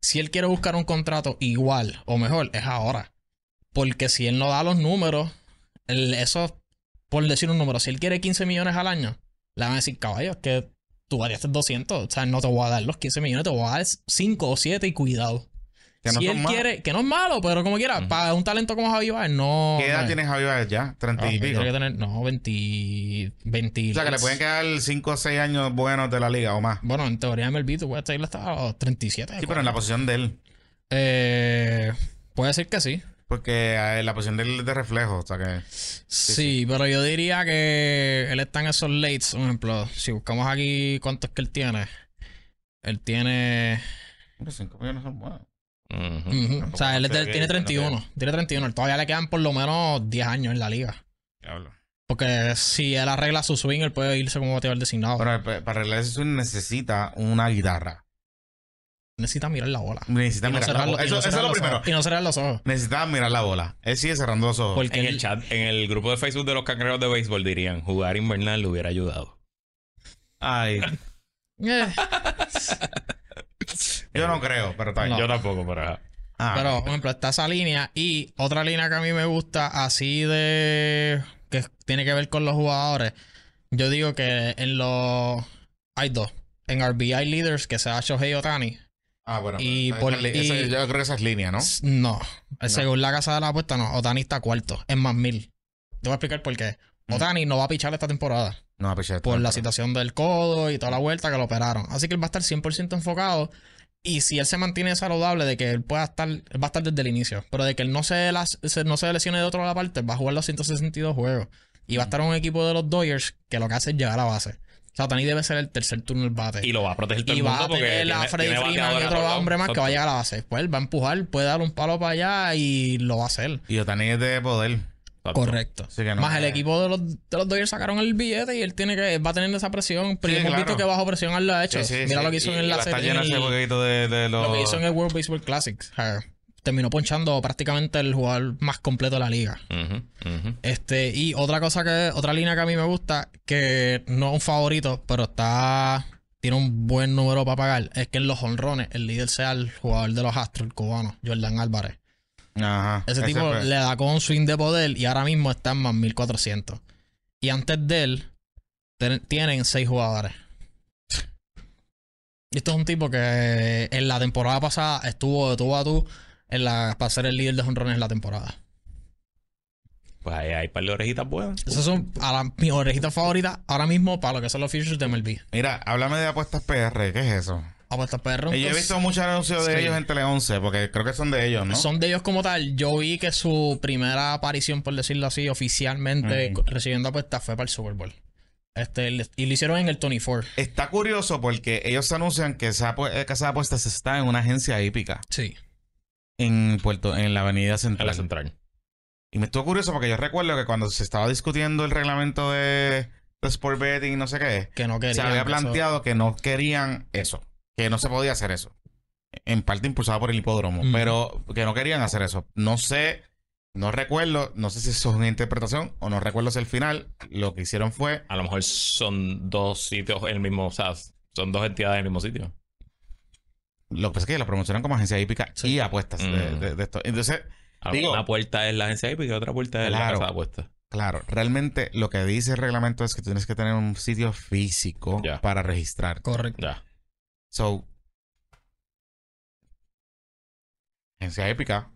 Speaker 3: Si él quiere buscar un contrato igual o mejor, es ahora. Porque si él no da los números, el- eso, por decir un número, si él quiere 15 millones al año, le van a decir, caballo, es que tú variaste 200, o sea, no te voy a dar los 15 millones, te voy a dar 5 o 7 y cuidado.
Speaker 1: Que no
Speaker 3: si
Speaker 1: son
Speaker 3: él
Speaker 1: malos.
Speaker 3: quiere, que no es malo, pero como quiera,
Speaker 2: Ujú.
Speaker 3: para un talento como Javi Baez, no.
Speaker 1: ¿Qué edad
Speaker 3: no es.
Speaker 1: tiene Javier Baez ya?
Speaker 3: Ah,
Speaker 1: Treinta y
Speaker 3: hombre,
Speaker 1: pico.
Speaker 3: tiene que tener, no, 20, 20.
Speaker 1: O sea, que le pueden quedar 5 o 6 años buenos de la liga o más.
Speaker 3: Bueno, en teoría MLB tú puedes traerlo hasta los 37.
Speaker 1: Sí, pero en la posición de él.
Speaker 3: Eh, puede ser que sí.
Speaker 1: Porque eh, la posición de él es de reflejo. O sea, que...
Speaker 3: sí. pero yo diría que él está en esos lates. Por ejemplo, si buscamos aquí cuánto es que él tiene. Él tiene...
Speaker 1: 5 millones son buenos.
Speaker 2: Ujú.
Speaker 3: Ujú, O sea, él es del-
Speaker 1: Tampoco
Speaker 3: tiene
Speaker 1: sé qué-
Speaker 3: 31. Tiene 31. Él Todavía le quedan por lo menos 10 años en la liga.
Speaker 1: Diablo.
Speaker 3: Porque si él arregla su swing, él
Speaker 1: eh,
Speaker 3: puede irse como bateador designado.
Speaker 1: Bueno, pa- para arreglar eso necesita una guitarra.
Speaker 3: necesita mirar la bola.
Speaker 1: Necesitan
Speaker 3: Y no
Speaker 1: mirar
Speaker 3: cerrar
Speaker 1: la
Speaker 3: los-
Speaker 1: bola.
Speaker 3: y no
Speaker 1: Eso, eso es
Speaker 3: cerrar
Speaker 1: lo
Speaker 3: los
Speaker 1: primero.
Speaker 3: ojos. Y no cerrar los ojos.
Speaker 1: Necesitan mirar la bola. Él sigue cerrando los ojos.
Speaker 3: Porque
Speaker 2: En
Speaker 3: él-
Speaker 2: el chat, en el grupo de Facebook de los cangrejeros de béisbol dirían, jugar invernal le hubiera ayudado.
Speaker 1: Ay,
Speaker 3: Eh,
Speaker 1: yo no creo, pero está bien.
Speaker 3: No.
Speaker 2: Yo tampoco, pero... ajá.
Speaker 1: Ah,
Speaker 3: pero, por ejemplo, está esa línea y otra línea que a mí me gusta, así de. que tiene que ver con los jugadores. Yo digo que en los. Hay dos. En RBI Leaders, que sea Shohei Otani.
Speaker 1: ah, bueno.
Speaker 3: y
Speaker 1: Esa-
Speaker 3: por-
Speaker 1: esa-
Speaker 3: y-
Speaker 1: yo creo que esa es línea, ¿no?
Speaker 3: No. Según la casa de la apuesta, no. Otani está cuarto. Es más mil. Te voy a explicar por qué.
Speaker 1: Mm.
Speaker 3: Otani no va a pichar esta temporada.
Speaker 1: No, pues ya está.
Speaker 3: por la situación del codo y toda la vuelta que lo operaron. Así que él va a estar 100% enfocado. Y si él se mantiene saludable, de que él pueda estar, él va a estar desde el inicio. Pero de que él no se, las, se- no se lesione de otra la parte, va a jugar los 162 juegos. Y va a estar en un equipo de los Dodgers que lo que hace es llegar a la base. O sea, Otani debe ser el tercer turno del bate.
Speaker 2: Y lo va a proteger todo
Speaker 3: Y
Speaker 2: el mundo
Speaker 3: va a
Speaker 2: porque
Speaker 3: tener a
Speaker 2: tiene-
Speaker 3: Freddy
Speaker 2: tiene
Speaker 3: Freeman
Speaker 2: bateadores
Speaker 3: y
Speaker 2: a
Speaker 3: otro
Speaker 2: todos lados.
Speaker 3: hombre más que va
Speaker 2: Exacto.
Speaker 3: a llegar a la base. Después él va a empujar, puede dar un palo para allá y lo va a hacer.
Speaker 1: Y Otani es de poder.
Speaker 2: Exacto.
Speaker 3: Correcto.
Speaker 1: Así que no.
Speaker 3: Más el equipo de los, de los Dodgers sacaron el billete y él tiene que va a tener esa presión. Pero
Speaker 1: Sí,
Speaker 3: hemos
Speaker 1: claro.
Speaker 3: visto que bajo presión él lo ha hecho.
Speaker 1: Sí, sí,
Speaker 3: Mira
Speaker 1: sí.
Speaker 3: lo que hizo
Speaker 1: Y-
Speaker 3: en
Speaker 1: y
Speaker 3: la
Speaker 1: va a estar
Speaker 3: serie-
Speaker 1: lleno ese huequito de, de los.
Speaker 3: Lo que hizo en el World Baseball Classic. O sea, terminó ponchando prácticamente el jugador más completo de la liga.
Speaker 2: Ujú, ujú.
Speaker 3: Este, y otra cosa que, otra línea que a mí me gusta, que no es un favorito, pero está, tiene un buen número para pagar, es que en los honrones el líder sea el jugador de los Astros, el cubano, Jordan Álvarez.
Speaker 1: Ajá.
Speaker 3: Ese tipo
Speaker 1: fue.
Speaker 3: le da con un swing de poder y ahora mismo está en más 1400. Y antes de él, ten- tienen 6 jugadores. Y esto es un tipo que eh, en la temporada pasada estuvo de tú a tú en la, para ser el líder de jonrones en la temporada.
Speaker 2: Pues ahí hay un par de orejitas buenas.
Speaker 3: Esas son a la- mis orejitas favoritas ahora mismo para lo que son los features de MLB.
Speaker 1: Mira, háblame de apuestas PR. ¿Qué es eso?
Speaker 3: Apuestas perro.
Speaker 1: Y yo he visto muchos anuncios de
Speaker 3: Sí.
Speaker 1: ellos en Tele 11, porque creo que son de ellos, ¿no?
Speaker 3: Son de ellos como tal. Yo vi que su primera aparición, por decirlo así, oficialmente
Speaker 1: Ujú.
Speaker 3: recibiendo apuestas fue para el Super Bowl. Este, le- y lo hicieron en el 24.
Speaker 1: Está curioso porque ellos anuncian que esa apu- eh, casa de apuestas está en una agencia hípica
Speaker 3: Sí.
Speaker 1: en Puerto, en la Avenida
Speaker 2: En la
Speaker 1: Central.
Speaker 2: central.
Speaker 1: Y me estuvo curioso porque yo recuerdo que cuando se estaba discutiendo el reglamento de, de Sport Betting y no sé qué,
Speaker 3: Que no querían.
Speaker 1: se había
Speaker 3: que eso-
Speaker 1: planteado que no querían eso, que no se podía hacer eso. En parte impulsado por el hipódromo,
Speaker 3: Ujú.
Speaker 1: pero que no querían hacer eso. No sé, no recuerdo, no sé si eso es una interpretación o no recuerdo si al final lo que hicieron fue
Speaker 2: A lo mejor son dos sitios en el mismo, o sea, son dos entidades en el mismo sitio.
Speaker 1: Lo que pasa es que la promocionan como agencia hípica
Speaker 3: Sí.
Speaker 1: y apuestas de-
Speaker 2: Mm.
Speaker 1: de, de esto. Entonces,
Speaker 2: A lo
Speaker 1: Digo-
Speaker 2: mejor una puerta es la agencia hípica y otra puerta es
Speaker 1: Claro.
Speaker 2: la casa de apuestas.
Speaker 1: claro, realmente lo que dice el reglamento es que tú tienes que tener un sitio físico
Speaker 2: Ya.
Speaker 1: para registrar.
Speaker 3: Correcto.
Speaker 2: Ya.
Speaker 1: So, agencia hípica,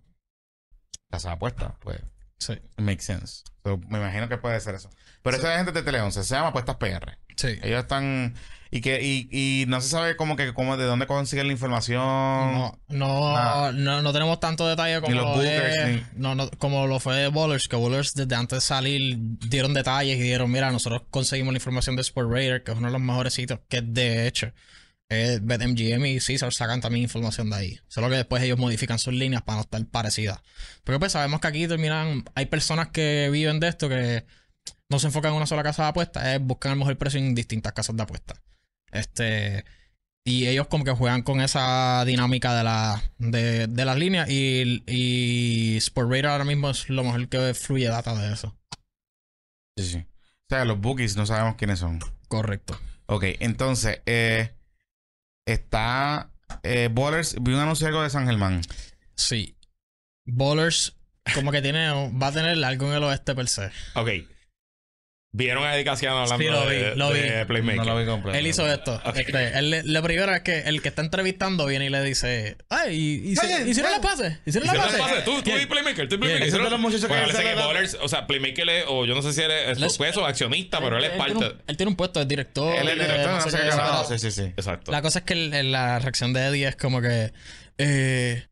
Speaker 1: casa de apuestas, pues,
Speaker 3: Sí.
Speaker 1: makes sense. So, me imagino que puede ser eso. Pero esa gente de Tele 11 se llama Apuestas PR.
Speaker 3: Sí.
Speaker 1: Ellos están. Y que y, y no se sabe como que cómo, de dónde consiguen la información.
Speaker 3: No, no,
Speaker 1: Nada.
Speaker 3: no, no tenemos tanto detalle como
Speaker 1: Ni los
Speaker 3: lo de-
Speaker 1: bookers,
Speaker 3: no, no, como lo fue de Bowlers, que Bowlers desde antes de salir dieron detalles y dieron, mira, nosotros conseguimos la información de Sport Raider, que es uno de los mejores sitios, que de hecho, eh, BetMGM y Caesar sacan también información de ahí. Solo que después ellos modifican sus líneas para no estar parecidas. Porque pues sabemos que aquí terminan, hay personas que viven de esto que no se enfocan en una sola casa de apuestas, eh, buscan el mejor precio en distintas casas de apuestas. Este, y ellos como que juegan con esa dinámica de, la, de, de las líneas y, y Sport Radar ahora mismo es lo mejor que fluye data de eso.
Speaker 1: Sí, sí. O sea, los bookies no sabemos quiénes son.
Speaker 3: Correcto.
Speaker 1: Ok, entonces, eh, está eh, Ballers, vi un anuncio algo de San Germán.
Speaker 3: Sí. Bowlers como que tiene va a tener algo en el oeste per se.
Speaker 2: Ok. ¿Vieron a Eddie Casiano hablando
Speaker 3: Sí, lo vi,
Speaker 2: de,
Speaker 3: lo vi.
Speaker 2: de Playmaker?
Speaker 1: No lo vi completo.
Speaker 3: Él hizo esto.
Speaker 2: Ok.
Speaker 3: Este, él le- lo primero es que el que está entrevistando viene y le dice, ay, y- y se-
Speaker 1: Oye,
Speaker 3: hicieron
Speaker 1: oye.
Speaker 3: las pases,
Speaker 2: ¿Hicieron
Speaker 3: hicieron las
Speaker 2: las
Speaker 3: pases.
Speaker 2: pases? Tú, tú
Speaker 3: Bien.
Speaker 2: y Playmaker, tú y Playmaker.
Speaker 1: Bien, ese es de los muchachos que
Speaker 2: Bueno, parece
Speaker 1: hacen
Speaker 2: que
Speaker 1: la-
Speaker 2: Bowlers, o sea, Playmaker es, o yo no sé si él es,
Speaker 3: Les-
Speaker 2: pues, o accionista, pero él es
Speaker 3: tiene un-
Speaker 2: parte.
Speaker 3: él tiene un puesto de director.
Speaker 1: Él es el
Speaker 3: de-
Speaker 1: director,
Speaker 3: no sé qué, pero-
Speaker 1: Sí, sí, sí.
Speaker 2: Exacto.
Speaker 3: La cosa es que el- el- la reacción de Eddie es como que. Eh,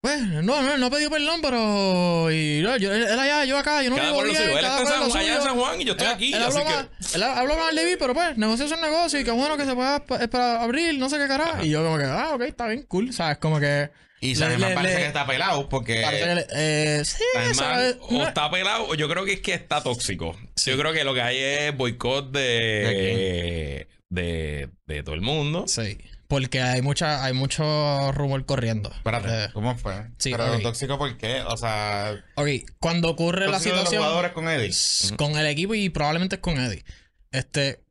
Speaker 3: pues, no, no, no pidió perdón, pero. Y, no, yo, él él allá, yo acá, yo no
Speaker 2: Cada
Speaker 3: vivo
Speaker 2: cual lo
Speaker 3: bien.
Speaker 2: suyo. Él
Speaker 3: cada
Speaker 2: está en
Speaker 3: cual
Speaker 2: San
Speaker 3: lo
Speaker 2: Juan, allá en
Speaker 3: suyo.
Speaker 2: San Juan y yo estoy aquí,
Speaker 3: Él
Speaker 2: así
Speaker 3: habló
Speaker 2: que.
Speaker 3: mal, él habló mal de mí, pero pues, negocio es un negocio y qué bueno que se pueda pa- para abrir, no sé qué carajo.
Speaker 2: Ajá. Eh,
Speaker 3: Y yo, como que, ah, ok, está bien, cool, ¿sabes? Como que.
Speaker 1: Y San
Speaker 3: Le-
Speaker 1: Germán
Speaker 3: le-
Speaker 1: parece
Speaker 3: le-
Speaker 1: que está pelado porque.
Speaker 3: parece que le- eh, sí,
Speaker 2: Además,
Speaker 3: ¿sabes?
Speaker 2: o está pelado, o yo creo que es que está tóxico. Yo creo que lo que hay es boicot
Speaker 1: ¿De
Speaker 2: de, ¿De, de todo el mundo.
Speaker 3: Sí. Porque hay mucha, hay mucho rumor corriendo.
Speaker 1: Espérate,
Speaker 3: Eh,
Speaker 1: ¿cómo fue?
Speaker 3: sí,
Speaker 1: Pero
Speaker 3: ok.
Speaker 1: tóxico, ¿por qué? O sea,
Speaker 3: ok, cuando ocurre la
Speaker 1: tóxico de los
Speaker 3: situación.
Speaker 1: jugadores con Eddie.
Speaker 3: s- con el equipo y probablemente es con Eddie. Este,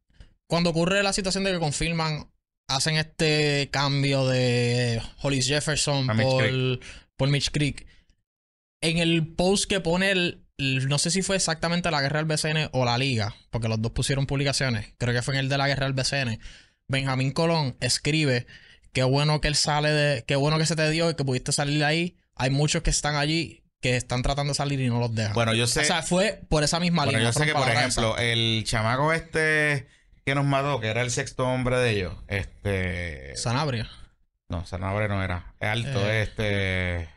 Speaker 3: cuando ocurre la situación de que confirman, hacen este cambio de Hollis Jefferson
Speaker 1: A Mitch
Speaker 3: por, por Mitch Creek. En el post que pone el, el- no sé si fue exactamente la guerra del BCN o la liga, porque los dos pusieron publicaciones. Creo que fue en el de la guerra del BCN. Benjamín Colón escribe qué bueno que él sale de, qué bueno que se te dio y que pudiste salir de ahí. Hay muchos que están allí que están tratando de salir y no los dejan.
Speaker 1: Bueno, yo sé,
Speaker 3: O sea, fue por esa misma
Speaker 1: bueno,
Speaker 3: línea.
Speaker 1: yo sé
Speaker 3: fueron
Speaker 1: que, por
Speaker 3: palabras
Speaker 1: ejemplo, el chamaco este que nos mató, que era el sexto hombre de ellos, este...
Speaker 3: esas. Sanabria.
Speaker 1: No, Sanabria no era. Es alto,
Speaker 3: Eh.
Speaker 1: este.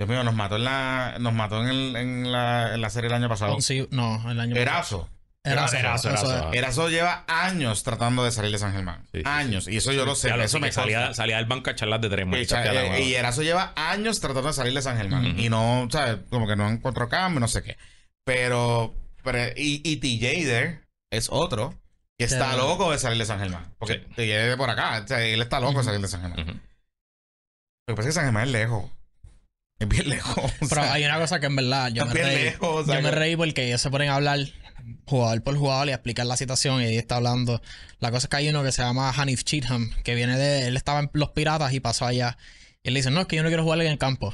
Speaker 1: Dios mío, nos mató en la. Nos mató en, el- en la, en la serie el año pasado.
Speaker 3: Sí, no, el año
Speaker 1: Erazo.
Speaker 3: Erazo,
Speaker 2: Erazo,
Speaker 3: Erazo,
Speaker 2: Erazo.
Speaker 3: Erazo.
Speaker 1: Erazo lleva años tratando de salir de San Germán.
Speaker 2: Sí, sí,
Speaker 1: años. Y eso yo lo sé.
Speaker 2: Ya lo
Speaker 1: eso
Speaker 2: sé,
Speaker 1: me
Speaker 2: que salía,
Speaker 1: consta.
Speaker 2: salía del banco a charlas de tres
Speaker 1: Y,
Speaker 2: muchachos,
Speaker 1: cha-
Speaker 2: a la
Speaker 1: eh,
Speaker 2: mano.
Speaker 1: y Erazo lleva años tratando de salir de San Germán.
Speaker 2: Ujú.
Speaker 1: Y no, ¿sabes? Como que no encontró cambio, no sé qué. Pero. pero y, y TJ there es otro que está
Speaker 3: Claro.
Speaker 1: loco de salir de San Germán. Porque
Speaker 2: Sí.
Speaker 1: TJ es de por acá. o sea, él está loco de
Speaker 3: Ujú.
Speaker 1: salir de San Germán.
Speaker 2: Ujú.
Speaker 1: Lo que pasa es que San Germán es lejos. Es bien lejos. o
Speaker 3: Pero
Speaker 1: sea,
Speaker 3: hay una cosa que en verdad yo me
Speaker 1: bien
Speaker 3: reí.
Speaker 1: lejos, o sea,
Speaker 3: yo me
Speaker 1: que-
Speaker 3: reí porque ellos se ponen a hablar jugador por jugador y a explicar la situación y ahí está hablando. La cosa es que hay uno que se llama Hanif Cheatham, que viene de... Él estaba en Los Piratas y pasó allá. Y él dice, no, es que yo no quiero jugar en el campo.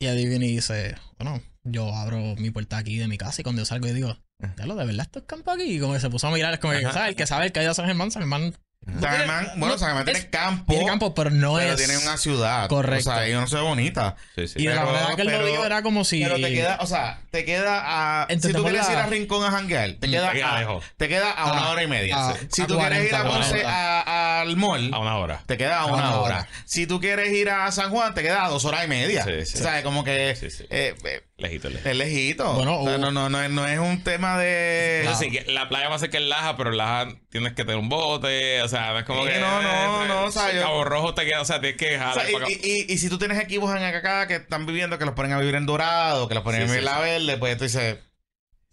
Speaker 3: Y ahí viene y dice, bueno, yo abro mi puerta aquí de mi casa y cuando yo salgo y digo, ya lo de verdad estos campos aquí. Y como que se puso a mirar, es como que,
Speaker 2: Ajá.
Speaker 3: ¿sabes? El que sabe el que hay de San Germán, San Germán
Speaker 1: San Germán, bueno,
Speaker 3: no,
Speaker 1: San Germán
Speaker 3: es-
Speaker 1: tiene campo,
Speaker 3: tiene campo, pero no
Speaker 1: pero
Speaker 3: es...
Speaker 1: tiene una ciudad.
Speaker 3: Correcto.
Speaker 1: O sea, y no se ve bonita.
Speaker 2: Sí, sí.
Speaker 3: Y de la
Speaker 1: Pero-
Speaker 3: manera que él
Speaker 1: pero-
Speaker 3: lo vio era como si.
Speaker 1: Pero te queda, o sea, te queda a. si tú
Speaker 3: Entendemos
Speaker 1: quieres
Speaker 3: la-
Speaker 1: ir a Rincón a janguear, te
Speaker 3: Mm,
Speaker 1: queda,
Speaker 2: te queda
Speaker 1: a,
Speaker 2: lejos.
Speaker 1: te queda a una
Speaker 3: Ah,
Speaker 1: hora y media.
Speaker 3: ah,
Speaker 1: si
Speaker 3: a
Speaker 1: tú quieres ir a
Speaker 3: 40,
Speaker 1: Ponce,
Speaker 3: 40.
Speaker 1: a- al mall,
Speaker 2: A una hora.
Speaker 1: te queda a una,
Speaker 3: una
Speaker 1: hora.
Speaker 3: hora.
Speaker 1: Si tú quieres ir a San Juan, te queda a dos horas y media.
Speaker 2: Sí, sí.
Speaker 1: O sea, como que
Speaker 2: Sí, sí.
Speaker 1: eh, eh,
Speaker 2: Lejito, lejito.
Speaker 1: es lejito.
Speaker 3: Bueno,
Speaker 1: O sea,
Speaker 3: hubo-
Speaker 1: no, no, no, es- no es un tema de.
Speaker 2: Entonces, sí, que la playa va a ser que es Laja, pero en Laja tienes que tener un bote, o sea, no es como
Speaker 1: Sí,
Speaker 2: que...
Speaker 1: no, no, no, o sea, yo-
Speaker 2: Cabo Rojo te queda, o sea, tienes que
Speaker 1: O
Speaker 2: jalar
Speaker 1: sea, y,
Speaker 2: para acá.
Speaker 1: y- y- y si tú tienes equipos en acá que están viviendo, que los ponen a vivir en Dorado, que los ponen
Speaker 2: Sí,
Speaker 1: a vivir
Speaker 2: sí,
Speaker 1: en La Verde, pues tú dices,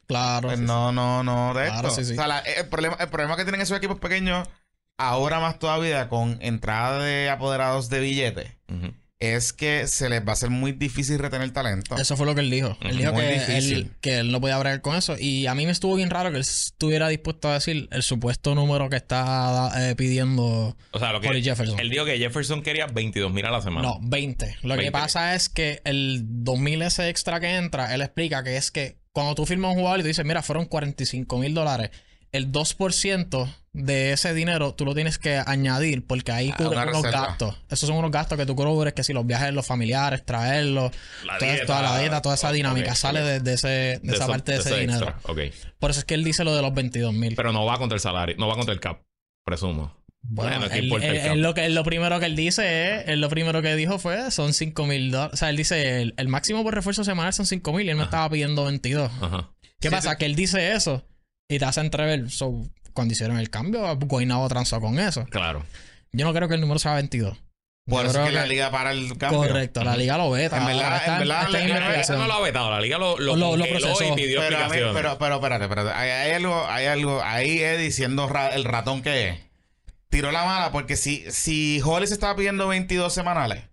Speaker 3: Claro.
Speaker 1: pues, no, no, no, de
Speaker 3: Claro,
Speaker 1: esto.
Speaker 3: sí, sí.
Speaker 1: O sea, la- eh, el, problema, el problema que tienen esos equipos pequeños, ahora más todavía con entrada de apoderados de billetes,
Speaker 2: Ujú.
Speaker 1: es que se les va a hacer muy difícil retener talento.
Speaker 3: Eso fue lo que él dijo. Él dijo
Speaker 1: Muy
Speaker 3: que él,
Speaker 1: difícil.
Speaker 3: que él no podía bregar con eso. Y a mí me estuvo bien raro que él estuviera dispuesto a decir el supuesto número que está eh, pidiendo
Speaker 2: O sea, lo que...
Speaker 3: Holly Jefferson.
Speaker 2: Él dijo que Jefferson quería 22 mil a la semana.
Speaker 3: No, 20. Lo
Speaker 2: 20.
Speaker 3: que pasa es que el 2000 ese extra que entra, él explica que es que cuando tú firmas un jugador y tú dices, mira, fueron 45 mil dólares, el 2% de ese dinero tú lo tienes que añadir porque ahí
Speaker 1: Ah,
Speaker 3: cubres
Speaker 1: una
Speaker 3: unos
Speaker 1: reserva.
Speaker 3: gastos. Esos son unos gastos que tú cubres que si los viajes, los familiares, traerlos,
Speaker 2: La
Speaker 3: toda, toda la dieta, toda esa
Speaker 2: Ok,
Speaker 3: dinámica
Speaker 2: ok.
Speaker 3: sale de, de ese, de esa
Speaker 2: eso-
Speaker 3: parte de ese,
Speaker 2: eso
Speaker 3: dinero.
Speaker 2: extra, ok.
Speaker 3: Por eso es que él dice lo de los 22 mil.
Speaker 2: Pero no va contra el salario, no va contra el cap, presumo.
Speaker 3: Bueno,
Speaker 2: Bueno, ¿qué
Speaker 3: él-
Speaker 2: importa el
Speaker 3: él-
Speaker 2: campo?
Speaker 3: él lo, que, él lo primero que él dice es, él lo primero que dijo fue, son 5 mil dólares. O sea, él dice, el, el máximo por refuerzo semanal son 5 mil y él me
Speaker 2: Ajá.
Speaker 3: estaba pidiendo 22.
Speaker 2: Ajá.
Speaker 3: ¿Qué
Speaker 1: Sí,
Speaker 3: pasa? Que él dice eso y te hace entrever. So, cuando hicieron el cambio, Guaynabo transó con eso.
Speaker 2: Claro.
Speaker 3: Yo no creo que el número sea 22.
Speaker 1: Por
Speaker 3: Yo
Speaker 1: eso
Speaker 3: creo
Speaker 1: es que la
Speaker 3: que-
Speaker 1: liga para el cambio.
Speaker 3: Correcto, la liga lo veta.
Speaker 1: En verdad-
Speaker 3: Ahora
Speaker 1: en verdad,
Speaker 3: está
Speaker 1: la- la-
Speaker 2: La liga
Speaker 3: investigación.
Speaker 2: no lo ha vetado, la liga lo, lo,
Speaker 3: Lo- lo
Speaker 2: congeló
Speaker 3: procesó.
Speaker 2: y pidió
Speaker 1: Pero, a mí-
Speaker 2: explicaciones.
Speaker 1: pero, pero espérate, espérate. Hay, hay algo, hay algo ahí es diciendo ra- el ratón que es. Tiró la mala porque si, si Hollis estaba pidiendo 22 semanales,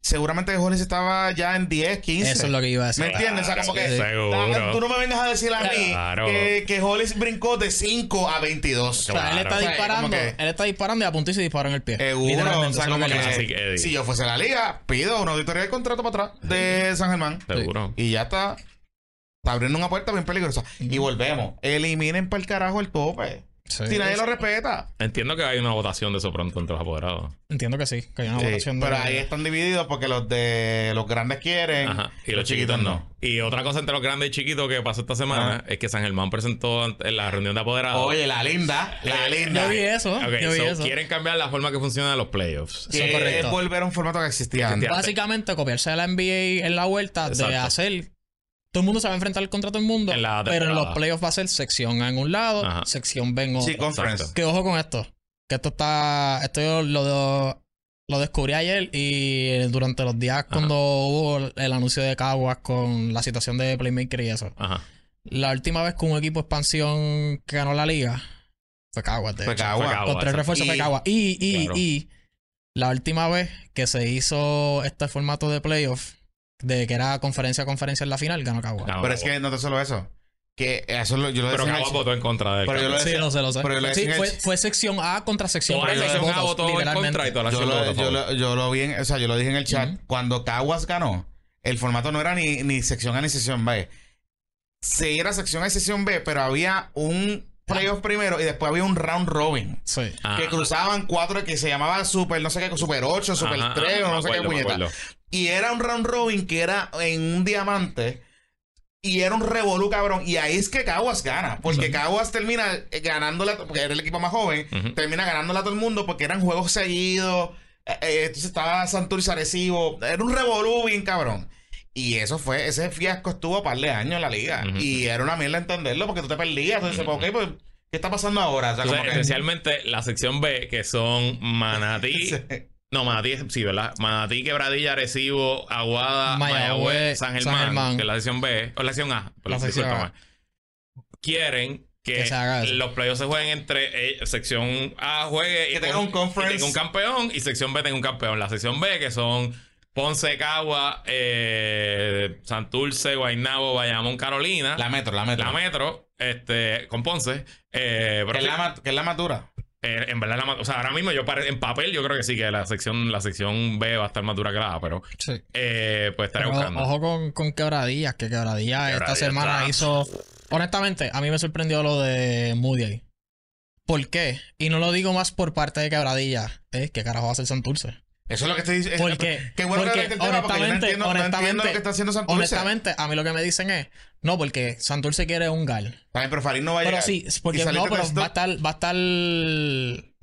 Speaker 1: seguramente Hollis estaba ya en 10, 15.
Speaker 3: Eso es lo que iba a decir.
Speaker 1: ¿Me entiendes? o sea, como que
Speaker 2: Claro, seguro.
Speaker 1: ah, tú no me vengas a decir a mí
Speaker 2: Claro.
Speaker 1: que, que Hollis brincó de 5 a 22.
Speaker 3: O sea, él está
Speaker 1: O sea,
Speaker 3: disparando,
Speaker 1: como que-
Speaker 3: él está disparando y apuntó y se disparó en el pie.
Speaker 1: Seguro, o sea,
Speaker 3: Literalmente, eso es lo
Speaker 1: como
Speaker 3: que él
Speaker 2: pasa.
Speaker 1: que,
Speaker 2: Así que, Eddie.
Speaker 1: si yo fuese la liga, pido una auditoría del contrato para atrás de San Germán.
Speaker 2: Seguro.
Speaker 1: Y ya está. Está abriendo una puerta bien peligrosa. Y volvemos. Eliminen para el carajo el tope.
Speaker 3: hace.
Speaker 1: Si nadie
Speaker 3: Sí.
Speaker 1: lo respeta.
Speaker 2: Entiendo que hay una votación de eso pronto entre los apoderados.
Speaker 3: Entiendo que sí, que hay una
Speaker 1: Sí,
Speaker 3: votación de-
Speaker 1: pero ahí están divididos porque los de los grandes quieren
Speaker 2: Ajá. Y los, chiquitos, no. Y otra cosa entre los grandes y chiquitos que pasó esta semana es que San Germán presentó ante- en la reunión de apoderados.
Speaker 1: Ah. Oye, la linda, la linda.
Speaker 3: Yo vi eso.
Speaker 2: eh, Ok,
Speaker 3: yo vi
Speaker 2: so
Speaker 3: eso.
Speaker 2: quieren cambiar la forma que funcionan los playoffs.
Speaker 3: Sí.
Speaker 1: Que
Speaker 3: correcto.
Speaker 1: es Eh, volver a un formato que existía antes.
Speaker 3: Básicamente copiarse de la NBA en la vuelta de
Speaker 2: Exacto.
Speaker 3: hacer. Todo el mundo se va a enfrentar contra todo el mundo.
Speaker 2: En la
Speaker 3: pero en
Speaker 2: temporada.
Speaker 3: los playoffs va a ser sección A en un lado,
Speaker 2: Ajá.
Speaker 3: sección B en otro.
Speaker 1: Sí, conference.
Speaker 2: Exacto.
Speaker 3: que ojo con esto. Que esto está. Esto yo lo, lo descubrí ayer y durante los días cuando hubo el anuncio de Caguas con la situación de Playmaker y eso.
Speaker 2: Ajá.
Speaker 3: La última vez que un equipo de expansión que ganó la liga, Fue Caguas, de
Speaker 1: Fue
Speaker 3: hecho.
Speaker 1: Caguas.
Speaker 2: Caguas,
Speaker 3: Con tres
Speaker 2: exacto.
Speaker 3: refuerzos fue
Speaker 1: Y-
Speaker 3: Caguas. Y, y,
Speaker 2: Claro.
Speaker 3: y la última vez que se hizo este formato de playoff, de que era conferencia a conferencia en la final, ganó Caguas.
Speaker 2: Ganó
Speaker 1: Pero es
Speaker 2: Caguas.
Speaker 1: que no tan solo eso. Que eso lo- yo lo decía
Speaker 2: Pero
Speaker 1: en el-
Speaker 2: Caguas votó en contra de él.
Speaker 1: Pero yo lo
Speaker 3: Sí,
Speaker 1: decía-
Speaker 3: lo sé, lo sé.
Speaker 1: pero yo lo
Speaker 3: Sí,
Speaker 1: decía en
Speaker 3: fue,
Speaker 1: el-
Speaker 3: fue sección A contra sección
Speaker 2: Toda
Speaker 3: B.
Speaker 2: la
Speaker 3: de
Speaker 2: sección A
Speaker 3: votos,
Speaker 2: votó en
Speaker 3: literalmente.
Speaker 2: contra y toda la
Speaker 1: yo
Speaker 2: sección
Speaker 1: lo,
Speaker 2: votó a
Speaker 1: yo,
Speaker 2: favor.
Speaker 1: lo, yo lo vi en, o sea, yo lo dije en el chat.
Speaker 3: Ujú.
Speaker 1: Cuando Caguas ganó, el formato no era ni, ni sección A ni sección B. Sí, era sección A y sección B, pero había un playoff primero y después había un round robin.
Speaker 3: Sí.
Speaker 2: Ah,
Speaker 1: Que cruzaban cuatro que se llamaba Super, no sé qué, Super 8, Super
Speaker 2: ajá,
Speaker 1: 3 o
Speaker 2: ajá,
Speaker 1: no
Speaker 2: me
Speaker 1: sé qué
Speaker 2: acuerdo, me
Speaker 1: puñeta.
Speaker 2: acuerdo.
Speaker 1: Y era un round robin que era en un diamante. Y era un revolú, cabrón. Y ahí es que Caguas gana. Porque Caguas termina eh, ganándola, porque era el equipo más joven,
Speaker 2: Ujú.
Speaker 1: termina ganándola a todo el mundo porque eran juegos seguidos. eh, eh, entonces estaba Santurce Arecibo. Era un revolú bien, cabrón. Y eso fue, ese fiasco estuvo par de años en la liga.
Speaker 2: Ujú.
Speaker 1: Y era una mierda entenderlo porque tú te perdías. Entonces, pues, ok, pues, ¿qué está pasando ahora? O sea,
Speaker 2: Entonces,
Speaker 1: como que-
Speaker 2: esencialmente, la sección B, que son Manatí. No, Manatí, es- sí, ¿verdad? Manatí, Quebradilla, Arecibo, Aguada,
Speaker 3: Mayagüez,
Speaker 2: Mayagüez, San, Germán,
Speaker 3: San Germán.
Speaker 2: que es la sección B, o la sección A, perdón,
Speaker 3: La sección
Speaker 2: discúlpame. Quieren que,
Speaker 3: Que se haga eso.
Speaker 2: los playoffs se jueguen entre eh, sección A juegue
Speaker 1: Que tenga un conference.
Speaker 2: y tenga un campeón y sección B tenga un campeón. La sección B, que son Ponce, Cagua, eh, Santurce, Guaynabo, Bayamón, Carolina,
Speaker 1: La
Speaker 2: la,
Speaker 1: metro, la metro.
Speaker 2: Metro, este, con Ponce. Eh,
Speaker 1: que,
Speaker 2: pero
Speaker 1: es la, ma- que es la matura.
Speaker 2: eh, en verdad, la ma- o sea, ahora mismo yo pare- en papel yo creo que sí que la sección la sección B va a estar más dura que la A, pero
Speaker 3: sí.
Speaker 2: eh, pues estaré
Speaker 3: Pero
Speaker 2: buscando.
Speaker 3: ojo con, con quebradillas, que quebradillas
Speaker 2: Quebradillas
Speaker 3: esta semana
Speaker 2: está-
Speaker 3: hizo. Honestamente, a mí me sorprendió lo de Moody. ahí. ¿Por qué? Y no lo digo más por parte de quebradillas. Es que carajo va a ser Santurce.
Speaker 1: Eso es lo que estoy diciendo.
Speaker 3: ¿Por qué?
Speaker 1: Qué bueno
Speaker 3: porque,
Speaker 1: que lo tema, porque yo no
Speaker 3: honestamente,
Speaker 1: entiendo, no entiendo lo que
Speaker 3: honestamente,
Speaker 1: está haciendo Santurce.
Speaker 3: honestamente, a mí lo que me dicen es: no, porque Santurce quiere un gal.
Speaker 1: También, pero Farid no va a
Speaker 3: Pero
Speaker 1: llegar.
Speaker 3: sí,
Speaker 1: Y
Speaker 3: porque
Speaker 1: saliste
Speaker 3: no,
Speaker 1: con
Speaker 3: pero
Speaker 1: esto-
Speaker 3: va a estar, va a estar,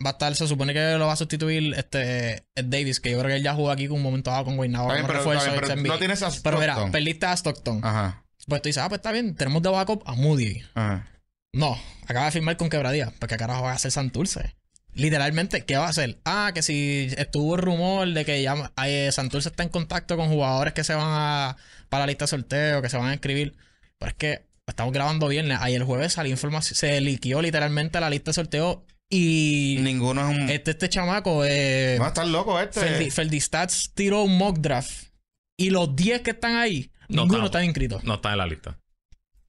Speaker 3: va a estar, se supone que lo va a sustituir este Ed Davis, que yo creo que él ya jugó aquí con un momento dado con Guaynabo.
Speaker 1: Está bien,
Speaker 3: como
Speaker 1: pero,
Speaker 3: refuerzo,
Speaker 1: está bien, pero
Speaker 3: ex-NBA.
Speaker 1: no tienes a
Speaker 3: Pero mira,
Speaker 1: Stockton.
Speaker 3: perdiste a Stockton.
Speaker 1: Ajá,
Speaker 3: Pues tú dices, ah, pues está bien, tenemos de backup a Moody.
Speaker 1: ajá.
Speaker 3: No, acaba de firmar con Quebradía, porque carajo va a hacer Santurce. Literalmente, ¿qué va a hacer? Ah, que si estuvo el rumor de que ya eh, Santurce está en contacto con jugadores que se van a para la lista de sorteo, que se van a inscribir. Pero es que estamos grabando viernes. Ayer el jueves salió información, se liquió literalmente la lista de sorteo y
Speaker 1: Ninguno es un.
Speaker 3: este, este chamaco, eh,
Speaker 1: no, está loco este.
Speaker 3: Ferdi, Ferdi Stats tiró un mock draft y los 10 que están ahí,
Speaker 2: No
Speaker 3: ninguno
Speaker 2: estamos.
Speaker 3: está inscrito.
Speaker 2: No está en la lista.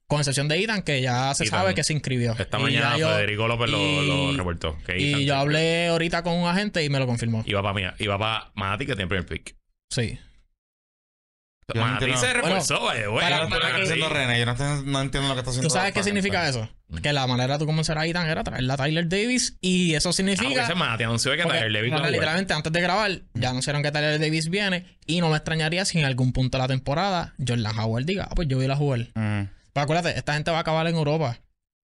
Speaker 3: Con excepción de Idan, que ya se
Speaker 2: Ethan.
Speaker 3: sabe que se inscribió.
Speaker 2: Esta
Speaker 3: Y
Speaker 2: mañana
Speaker 3: ya yo-
Speaker 2: Federico López lo,
Speaker 3: y-
Speaker 2: lo reportó. Que Ethan
Speaker 3: Y yo hablé ahorita con un agente y me lo confirmó.
Speaker 2: Iba para mía, iba para Manati que tiene el primer pick.
Speaker 3: Sí.
Speaker 1: Yo no
Speaker 2: Manati
Speaker 1: entiendo.
Speaker 2: se reforzó, vaya, güey.
Speaker 1: Yo no
Speaker 3: para-
Speaker 1: entiendo lo que
Speaker 3: para
Speaker 1: está haciendo René. Yo no, entiendo- no entiendo lo que está haciendo.
Speaker 3: ¿Tú sabes qué significa eso? Que la manera de tú comenzar a Ethan era traerla a Tyler Davis y eso significa...
Speaker 2: Ah, Manati anunció que
Speaker 3: porque,
Speaker 2: Tyler Davis no
Speaker 3: ahora,
Speaker 2: juega.
Speaker 3: literalmente antes de grabar ya anunciaron que Tyler Davis viene y no me extrañaría si en algún punto de la temporada Jordan Howard diga, ah, pues yo voy a ir a jugar.
Speaker 1: Mm.
Speaker 3: Pero acuérdate, esta gente va a acabar en Europa,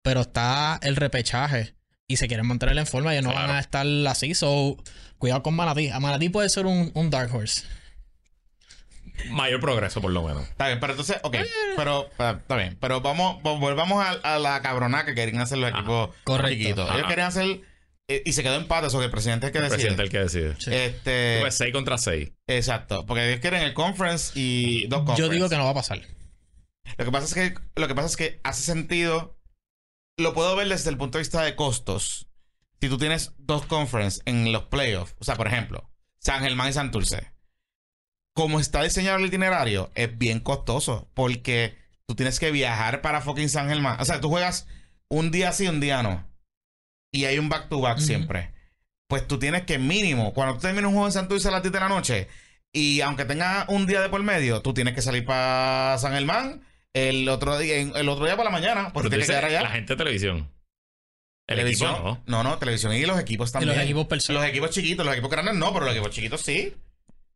Speaker 3: pero está el repechaje y se quieren mantener en forma y no
Speaker 2: Claro.
Speaker 3: van a estar así, so cuidado con Manatí. A Manatí puede ser un, un Dark Horse.
Speaker 2: Mayor progreso, por lo menos.
Speaker 1: Está bien, pero entonces,
Speaker 3: Eh.
Speaker 1: ok. Pero, pa- está bien. Pero vamos, vo- volvamos a, a la cabronada que querían hacer los
Speaker 2: Ajá.
Speaker 1: equipos
Speaker 3: Correcto.
Speaker 1: chiquitos.
Speaker 2: Ajá.
Speaker 1: Ellos querían hacer. eh, y se quedó empate, eso que el presidente es el que
Speaker 2: El presidente
Speaker 1: decide.
Speaker 2: es el que decide.
Speaker 3: Sí.
Speaker 1: Este,
Speaker 2: Pues 6 contra 6.
Speaker 1: exacto. Porque ellos quieren el conference y dos conference.
Speaker 3: Yo digo que no va a pasar.
Speaker 1: Lo que pasa es que lo que pasa es que hace sentido. Lo puedo ver desde el punto de vista de costos. Si tú tienes dos conferences en los playoffs, o sea, por ejemplo, San Germán y Santurce. Como está diseñado el itinerario, es bien costoso porque tú tienes que viajar para fucking San Germán. O sea, tú juegas un día sí, un día no. Y hay un back to back
Speaker 3: Ujú.
Speaker 1: siempre. Pues tú tienes que mínimo, cuando tú terminas un juego en Santurce a las 10 de la noche, y aunque tengas un día de por medio, tú tienes que salir para San Germán el otro día, en- el otro día para la mañana, porque
Speaker 2: Pero tú
Speaker 1: tienes que
Speaker 2: dices,
Speaker 1: quedar allá.
Speaker 2: la gente de televisión. El
Speaker 1: televisión.
Speaker 2: equipo
Speaker 1: no.
Speaker 2: no.
Speaker 1: no, televisión y los equipos
Speaker 3: Y
Speaker 1: también.
Speaker 3: los equipos personales.
Speaker 1: Los equipos chiquitos, los equipos grandes no, pero los equipos chiquitos sí.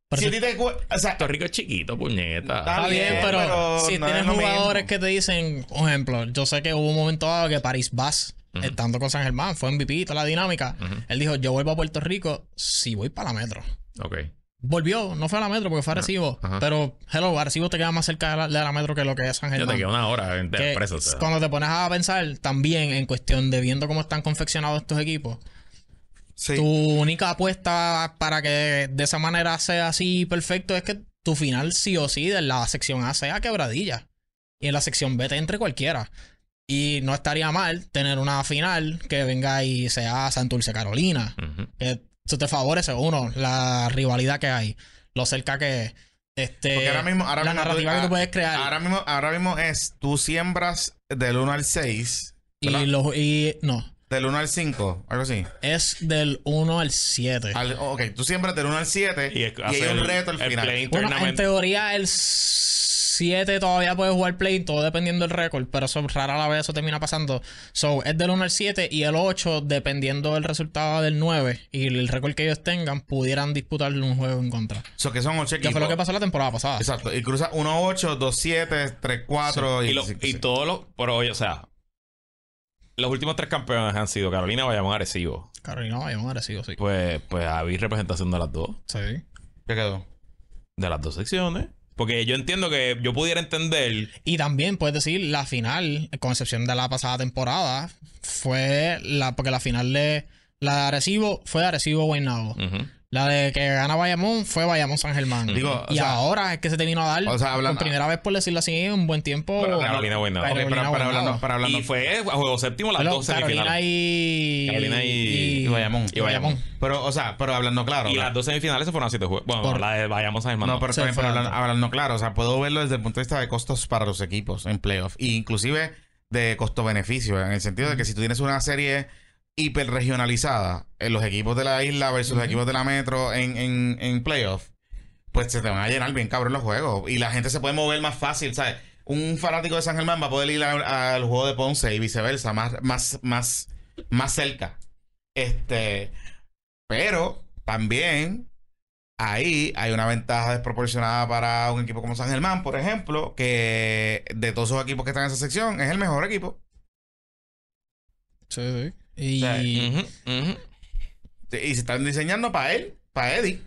Speaker 3: Pero
Speaker 1: Si
Speaker 3: si-
Speaker 1: a ti te cu- o sea,
Speaker 2: Puerto Rico es chiquito, puñeta.
Speaker 1: Está
Speaker 3: Está bien, pero,
Speaker 1: pero
Speaker 3: si
Speaker 1: no es
Speaker 3: tienes
Speaker 1: lo
Speaker 3: jugadores
Speaker 1: mismo.
Speaker 3: que te dicen, por ejemplo, yo sé que hubo un momento dado que París Bass,
Speaker 2: Ujú.
Speaker 3: estando con San Germán, fue MVP, y toda la dinámica.
Speaker 2: Ujú.
Speaker 3: Él dijo, yo vuelvo a Puerto Rico si voy para la metro.
Speaker 2: Ok.
Speaker 3: Volvió, no fue a la metro porque fue a Arecibo.
Speaker 2: Ajá.
Speaker 3: Pero, hello, Arecibo te queda más cerca de la, de la metro que lo que es San
Speaker 2: Ya
Speaker 3: Germán.
Speaker 2: te queda una hora de
Speaker 3: que
Speaker 2: preso. O sea.
Speaker 3: Cuando te pones a pensar también en cuestión de viendo cómo están confeccionados estos equipos,
Speaker 1: sí.
Speaker 3: tu única apuesta para que de esa manera sea así perfecto es que tu final sí o sí de la sección A sea quebradilla. Y en la sección B te entre cualquiera. Y no estaría mal tener una final que venga y sea Santurce Carolina.
Speaker 2: Ujú.
Speaker 3: Que eso te favorece, uno, la rivalidad que hay, lo cerca que es. Este,
Speaker 1: Porque ahora mismo- ahora
Speaker 3: la
Speaker 1: mismo tú-
Speaker 3: narrativa que
Speaker 1: ah,
Speaker 3: tú puedes crear.
Speaker 1: Ahora mismo, ahora mismo es, tú siembras del 1 al 6,
Speaker 3: y,
Speaker 1: ¿verdad?
Speaker 3: los, y no,
Speaker 1: del 1 al 5, algo así.
Speaker 3: es del 1 al 7.
Speaker 1: Al- ok, tú siembras del 1 al 7 y,
Speaker 2: Y,
Speaker 1: hay
Speaker 2: hace
Speaker 1: un
Speaker 2: el-
Speaker 1: reto al
Speaker 2: el
Speaker 1: final.
Speaker 2: play-in
Speaker 3: Bueno, en
Speaker 2: tournament.
Speaker 3: teoría el 7 todavía puede jugar play, todo dependiendo del récord, pero eso rara la vez eso termina pasando. So, es del 1 al 7 y el 8, dependiendo del resultado del 9 y el récord que ellos tengan, pudieran disputarle un juego en contra.
Speaker 1: So, que son 8
Speaker 3: Que
Speaker 1: equipos.
Speaker 3: fue lo que pasó la temporada pasada.
Speaker 1: Exacto, y cruza 1-8, 2-7, 3-4
Speaker 2: Y,
Speaker 1: y,
Speaker 2: lo-
Speaker 1: sí,
Speaker 2: y
Speaker 1: sí.
Speaker 2: todos los. Pero, oye, o sea. Los últimos tres campeones han sido Carolina, Bayamón, Arecibo.
Speaker 3: Carolina Bayamón agresivo, sí.
Speaker 2: Pues, pues habéis representación de las dos.
Speaker 3: Sí.
Speaker 1: ¿Qué quedó?
Speaker 2: De las dos secciones. Porque yo entiendo que yo pudiera entender.
Speaker 3: Y también puedes decir, la final, con excepción de la pasada temporada, fue la, porque la final de la de Arecibo fue Arecibo Guaynabo.
Speaker 2: Ujú.
Speaker 3: La de que gana Bayamón fue Bayamón San Germán.
Speaker 1: Digo, o
Speaker 3: y
Speaker 1: sea,
Speaker 3: ahora es que se te vino a dar
Speaker 1: o sea, hablando-
Speaker 3: por primera vez, por decirlo así, un buen tiempo.
Speaker 2: Pero Carolina
Speaker 1: Ok,
Speaker 2: Buena.
Speaker 3: Carolina
Speaker 1: pero, pero hablando,
Speaker 3: Guaynabo.
Speaker 1: pero hablando
Speaker 2: Y fue a juego séptimo las
Speaker 3: Bueno,
Speaker 2: dos
Speaker 3: Carolina
Speaker 2: semifinales.
Speaker 3: y.
Speaker 2: Carolina y-
Speaker 1: y Bayamón.
Speaker 3: Y Bayamón.
Speaker 1: Pero, o sea, pero hablando claro.
Speaker 2: Y
Speaker 1: ¿no?
Speaker 2: las dos semifinales se fueron a siete juegos. Bueno,
Speaker 3: Por-
Speaker 2: la de Bayamón San Germán.
Speaker 1: No,
Speaker 2: no.
Speaker 1: pero,
Speaker 3: Se
Speaker 1: también,
Speaker 3: fue
Speaker 1: pero hablando,
Speaker 3: antes.
Speaker 1: hablando claro, o sea, puedo verlo desde el punto de vista de costos para los equipos en playoff. E inclusive de costo-beneficio, en el sentido de que si tú tienes una serie hiperregionalizada en los equipos de la isla versus los equipos de la metro en, en, en playoff, pues se te van a llenar bien cabrón los juegos. Y la gente se puede mover más fácil, ¿sabes? Un fanático de San Germán va a poder ir a- al juego de Ponce y viceversa, más, más, más, más cerca. Este, pero también ahí hay una ventaja desproporcionada para un equipo como San Germán, por ejemplo, que de todos esos equipos que están en esa sección es el mejor equipo.
Speaker 3: Sí, sí. Y.
Speaker 1: O sea,
Speaker 2: Ujú, ujú.
Speaker 1: Y se están diseñando para él, para Eddie.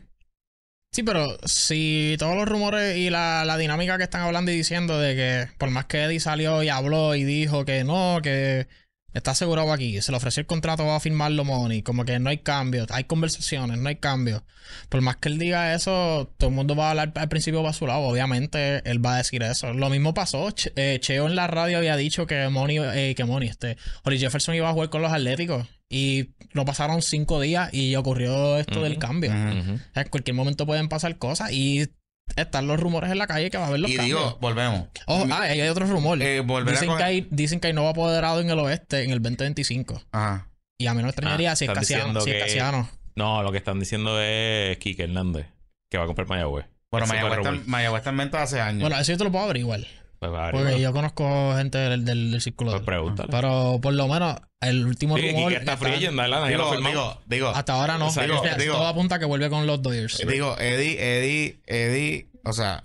Speaker 3: Sí, pero si todos los rumores y la, la dinámica que están hablando y diciendo de que por más que Eddie salió y habló y dijo que no, que está asegurado aquí, se le ofreció el contrato, va a firmarlo Money, como que no hay cambios, hay conversaciones, no hay cambios. Por más que él diga eso, todo el mundo va a hablar al principio para su lado, obviamente él va a decir eso. Lo mismo pasó, Che- eh, Cheo en la radio había dicho que Money, eh, que Money, este, Holly Jefferson iba a jugar con los Atléticos y lo pasaron cinco días y ocurrió esto del
Speaker 2: Ujú.
Speaker 3: cambio.
Speaker 1: Mm.
Speaker 3: O sea, en cualquier momento pueden pasar cosas y están los rumores en la calle que va a haber los
Speaker 1: Y
Speaker 3: cambios.
Speaker 1: digo, volvemos.
Speaker 3: Ojo, ah, ahí hay otro rumor.
Speaker 1: Eh, volver a
Speaker 3: dicen,
Speaker 1: coger-
Speaker 3: que hay, dicen que hay nuevo apoderado en el oeste en el 2025.
Speaker 1: Ajá.
Speaker 3: Y a mí no me extrañaría
Speaker 2: Ah,
Speaker 3: si es
Speaker 2: estás
Speaker 3: Casiano.
Speaker 2: diciendo
Speaker 3: Si es
Speaker 2: que-
Speaker 3: Casiano.
Speaker 2: No, lo que están diciendo es Kike Hernández, que va a comprar Mayagüez.
Speaker 1: Bueno,
Speaker 2: Ese
Speaker 1: Mayagüez
Speaker 2: fue el
Speaker 1: está, Mayagüez está en venta hace años.
Speaker 3: Bueno, eso yo te lo puedo averiguar.
Speaker 2: Pues va a
Speaker 3: Porque
Speaker 2: averiguar.
Speaker 3: yo conozco gente del, del, del círculo.
Speaker 2: Pues
Speaker 3: de él.
Speaker 2: pregúntale.
Speaker 3: Pero por lo menos el último
Speaker 2: Sí,
Speaker 3: rumor.
Speaker 2: Kike está
Speaker 3: que está-
Speaker 2: free en Atlanta, ya lo
Speaker 1: digo,
Speaker 2: firmó.
Speaker 1: digo, digo,
Speaker 3: hasta ahora no.
Speaker 2: O sea,
Speaker 3: O
Speaker 1: digo-
Speaker 3: sea,
Speaker 1: digo-
Speaker 3: todo apunta a que vuelve con los Dodgers.
Speaker 1: Eh, digo, Eddie, Eddie, Eddie, o sea,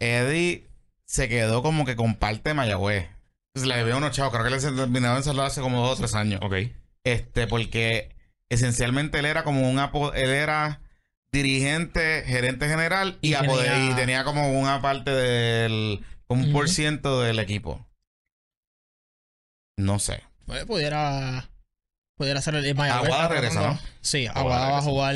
Speaker 1: Eddie se quedó como que comparte Mayagüez. Se le veo unos chavos, creo que le terminaron de saludar hace como dos o tres años.
Speaker 2: Ok.
Speaker 1: Este, porque esencialmente él era como un apo- él era dirigente, gerente general y,
Speaker 3: Y tenía-
Speaker 1: apoder- y tenía como una parte del como un
Speaker 3: Ujú.
Speaker 1: por ciento del equipo. No sé.
Speaker 3: Pues pudiera. Pudiera ser el Mayagüez
Speaker 1: Aguada
Speaker 3: está
Speaker 1: regresa,
Speaker 3: tratando- Sí, Aguada,
Speaker 2: Aguada
Speaker 3: va a jugar.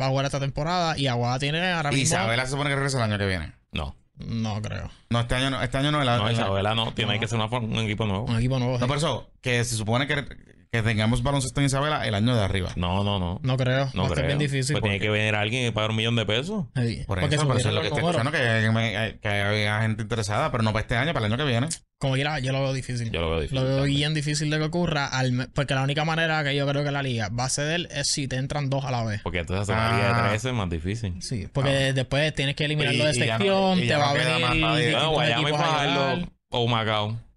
Speaker 3: Va a jugar esta temporada. Y Aguada tiene ahora
Speaker 1: Y
Speaker 3: mismo.
Speaker 1: Isabela se supone que regresa el año que viene.
Speaker 2: No.
Speaker 3: No creo.
Speaker 1: No, este año no, este año no, el año.
Speaker 2: No,
Speaker 1: el-
Speaker 2: Isabela no. Tiene
Speaker 3: Ah, No.
Speaker 2: que ser una for- un equipo nuevo.
Speaker 3: Un equipo nuevo.
Speaker 1: no, por eso, que se supone que, que tengamos baloncesto en Isabela el año de arriba.
Speaker 2: No, no, no.
Speaker 3: No creo.
Speaker 2: No
Speaker 3: va a estar
Speaker 2: creo.
Speaker 3: bien difícil.
Speaker 2: Pues tiene que venir alguien y pagar un millón de pesos.
Speaker 3: Sí,
Speaker 1: Por
Speaker 3: porque
Speaker 1: eso, por eso
Speaker 3: subieron
Speaker 1: es lo que
Speaker 3: los
Speaker 1: estoy
Speaker 3: números.
Speaker 1: escuchando, que, que, que había gente interesada, pero no para este año, para el año que viene.
Speaker 3: Como quiera, yo lo veo difícil.
Speaker 2: Yo lo veo difícil.
Speaker 3: lo veo
Speaker 2: también.
Speaker 3: bien difícil de que ocurra. al me- porque la única manera que yo creo que la liga va a ceder es si te entran dos a la vez.
Speaker 2: Porque entonces hacer una liga
Speaker 1: Ah.
Speaker 2: de 13 es más difícil.
Speaker 3: Sí, porque
Speaker 1: Ah.
Speaker 3: después tienes que eliminarlo
Speaker 1: Y-
Speaker 3: de
Speaker 1: y ya no-
Speaker 3: sección,
Speaker 1: y
Speaker 3: te
Speaker 1: ya
Speaker 3: va
Speaker 1: no
Speaker 3: a
Speaker 1: queda más
Speaker 3: venir
Speaker 1: nadie. Ah,
Speaker 3: distintos
Speaker 2: Bueno, Guayama y
Speaker 3: equipos a
Speaker 2: Fajardo
Speaker 3: ayudar.
Speaker 2: o Macao.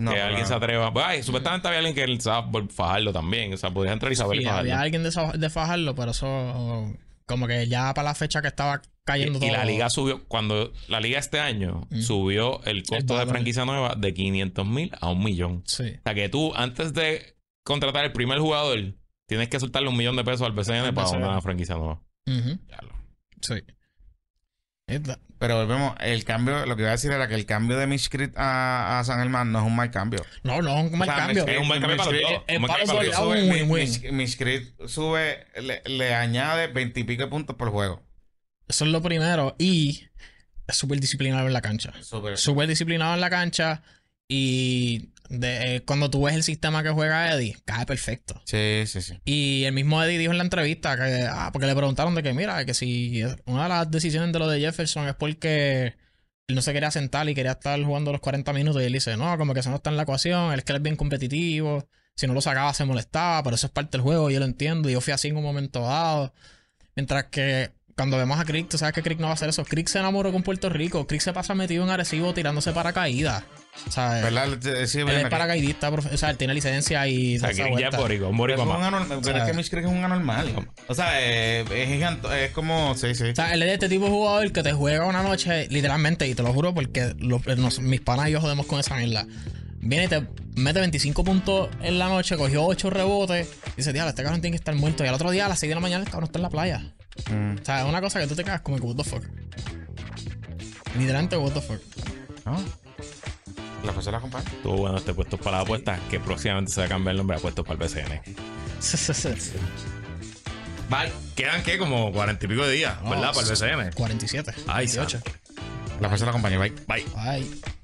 Speaker 1: No,
Speaker 2: que alguien
Speaker 1: pero-
Speaker 2: se atreva. Ay, supuestamente había alguien que él estaba por Fajardo también. O sea, podías entrar Isabel y
Speaker 3: Sí,
Speaker 2: Fajardo.
Speaker 3: había alguien de, Sa- de Fajardo, pero eso como que ya para la fecha que estaba
Speaker 2: Y,
Speaker 3: cayendo
Speaker 2: y
Speaker 3: todo.
Speaker 2: la liga subió, cuando la liga este año
Speaker 3: Mm.
Speaker 2: subió el costo de
Speaker 3: valor.
Speaker 2: franquicia nueva de 500 mil a un millón.
Speaker 3: Sí.
Speaker 2: O sea que tú, antes de contratar el primer jugador, tienes que soltarle un millón de pesos al BCN
Speaker 3: Al
Speaker 2: para
Speaker 3: BCN.
Speaker 2: una franquicia nueva.
Speaker 3: Ujú.
Speaker 2: Ya lo-
Speaker 3: Sí. Esta-
Speaker 1: Pero volvemos, el cambio, lo que iba a decir era que el cambio de Miscrit a, a San Germán no es un mal cambio.
Speaker 3: No, no, un mal
Speaker 1: O sea,
Speaker 3: cambio.
Speaker 1: Mitch-
Speaker 2: Es un buen cambio para los dos.
Speaker 3: Es
Speaker 2: Un buen
Speaker 3: para
Speaker 2: cambio
Speaker 3: los
Speaker 2: para los
Speaker 3: dos
Speaker 2: dos.
Speaker 3: lados.
Speaker 1: Sube,
Speaker 3: Muy
Speaker 1: Mi-
Speaker 3: buen.
Speaker 1: Mitch- Miscrit sube, le, le añade veintipico de puntos por juego.
Speaker 3: Eso es lo primero. Y es súper disciplinado en la cancha.
Speaker 1: Súper.
Speaker 3: Súper disciplinado en la cancha. Y de, eh, cuando tú ves el sistema que juega Eddie, cae perfecto.
Speaker 1: Sí, sí, sí.
Speaker 3: Y el mismo Eddie dijo en la entrevista que, ah, porque le preguntaron de que, mira, que si una de las decisiones de lo de Jefferson es porque él no se quería sentar y quería estar jugando los 40 minutos. Y él dice, no, como que eso no está en la ecuación, él es que él es bien competitivo, si no lo sacaba se molestaba, pero eso es parte del juego, yo lo entiendo, y yo fui así en un momento dado. Mientras que cuando vemos a Crick, tú sabes que Crick no va a hacer eso. Crick se enamoró con Puerto Rico, Crick se pasa metido en Arecibo tirándose paracaídas. ¿Sabes?
Speaker 1: ¿Verdad? Sí, Sí,
Speaker 3: Él
Speaker 1: verdad
Speaker 3: es
Speaker 1: que-
Speaker 3: paracaidista, profe- o sea, él tiene licencia y...
Speaker 2: O sea, que
Speaker 3: se hace
Speaker 2: ya es
Speaker 3: vuelta.
Speaker 2: boricua, un boricua
Speaker 1: Pero es, un
Speaker 2: más.
Speaker 1: anormal, pero es
Speaker 3: Ah.
Speaker 1: que Mitch Creek es un anormal. O sea, eh, es gigante, es como. Sí, sí.
Speaker 3: O sea, él es de este tipo de jugador que te juega una noche, literalmente, y te lo juro porque los- nos- mis panas y yo jodemos con esa mierda. Viene y te mete 25 puntos en la noche, cogió 8 rebotes, y dice, diablo, este cabrón tiene que estar muerto. Y al otro día, a las 6 de la mañana, el cabrón está en la playa.
Speaker 1: Mm.
Speaker 3: O sea, es una cosa que tú te cagas como que, what the fuck. Literalmente, what the fuck.
Speaker 1: ¿No? La persona la compara.
Speaker 2: Estuvo bueno este puesto para la apuesta, que próximamente se va a cambiar el nombre a puestos para el BCN. Bye. Quedan que como cuarenta y pico de días, ¿verdad? Para el BCN.
Speaker 3: 47.
Speaker 2: Ay,
Speaker 3: 18.
Speaker 1: La persona la acompaña, bye.
Speaker 2: Bye.
Speaker 3: Ay.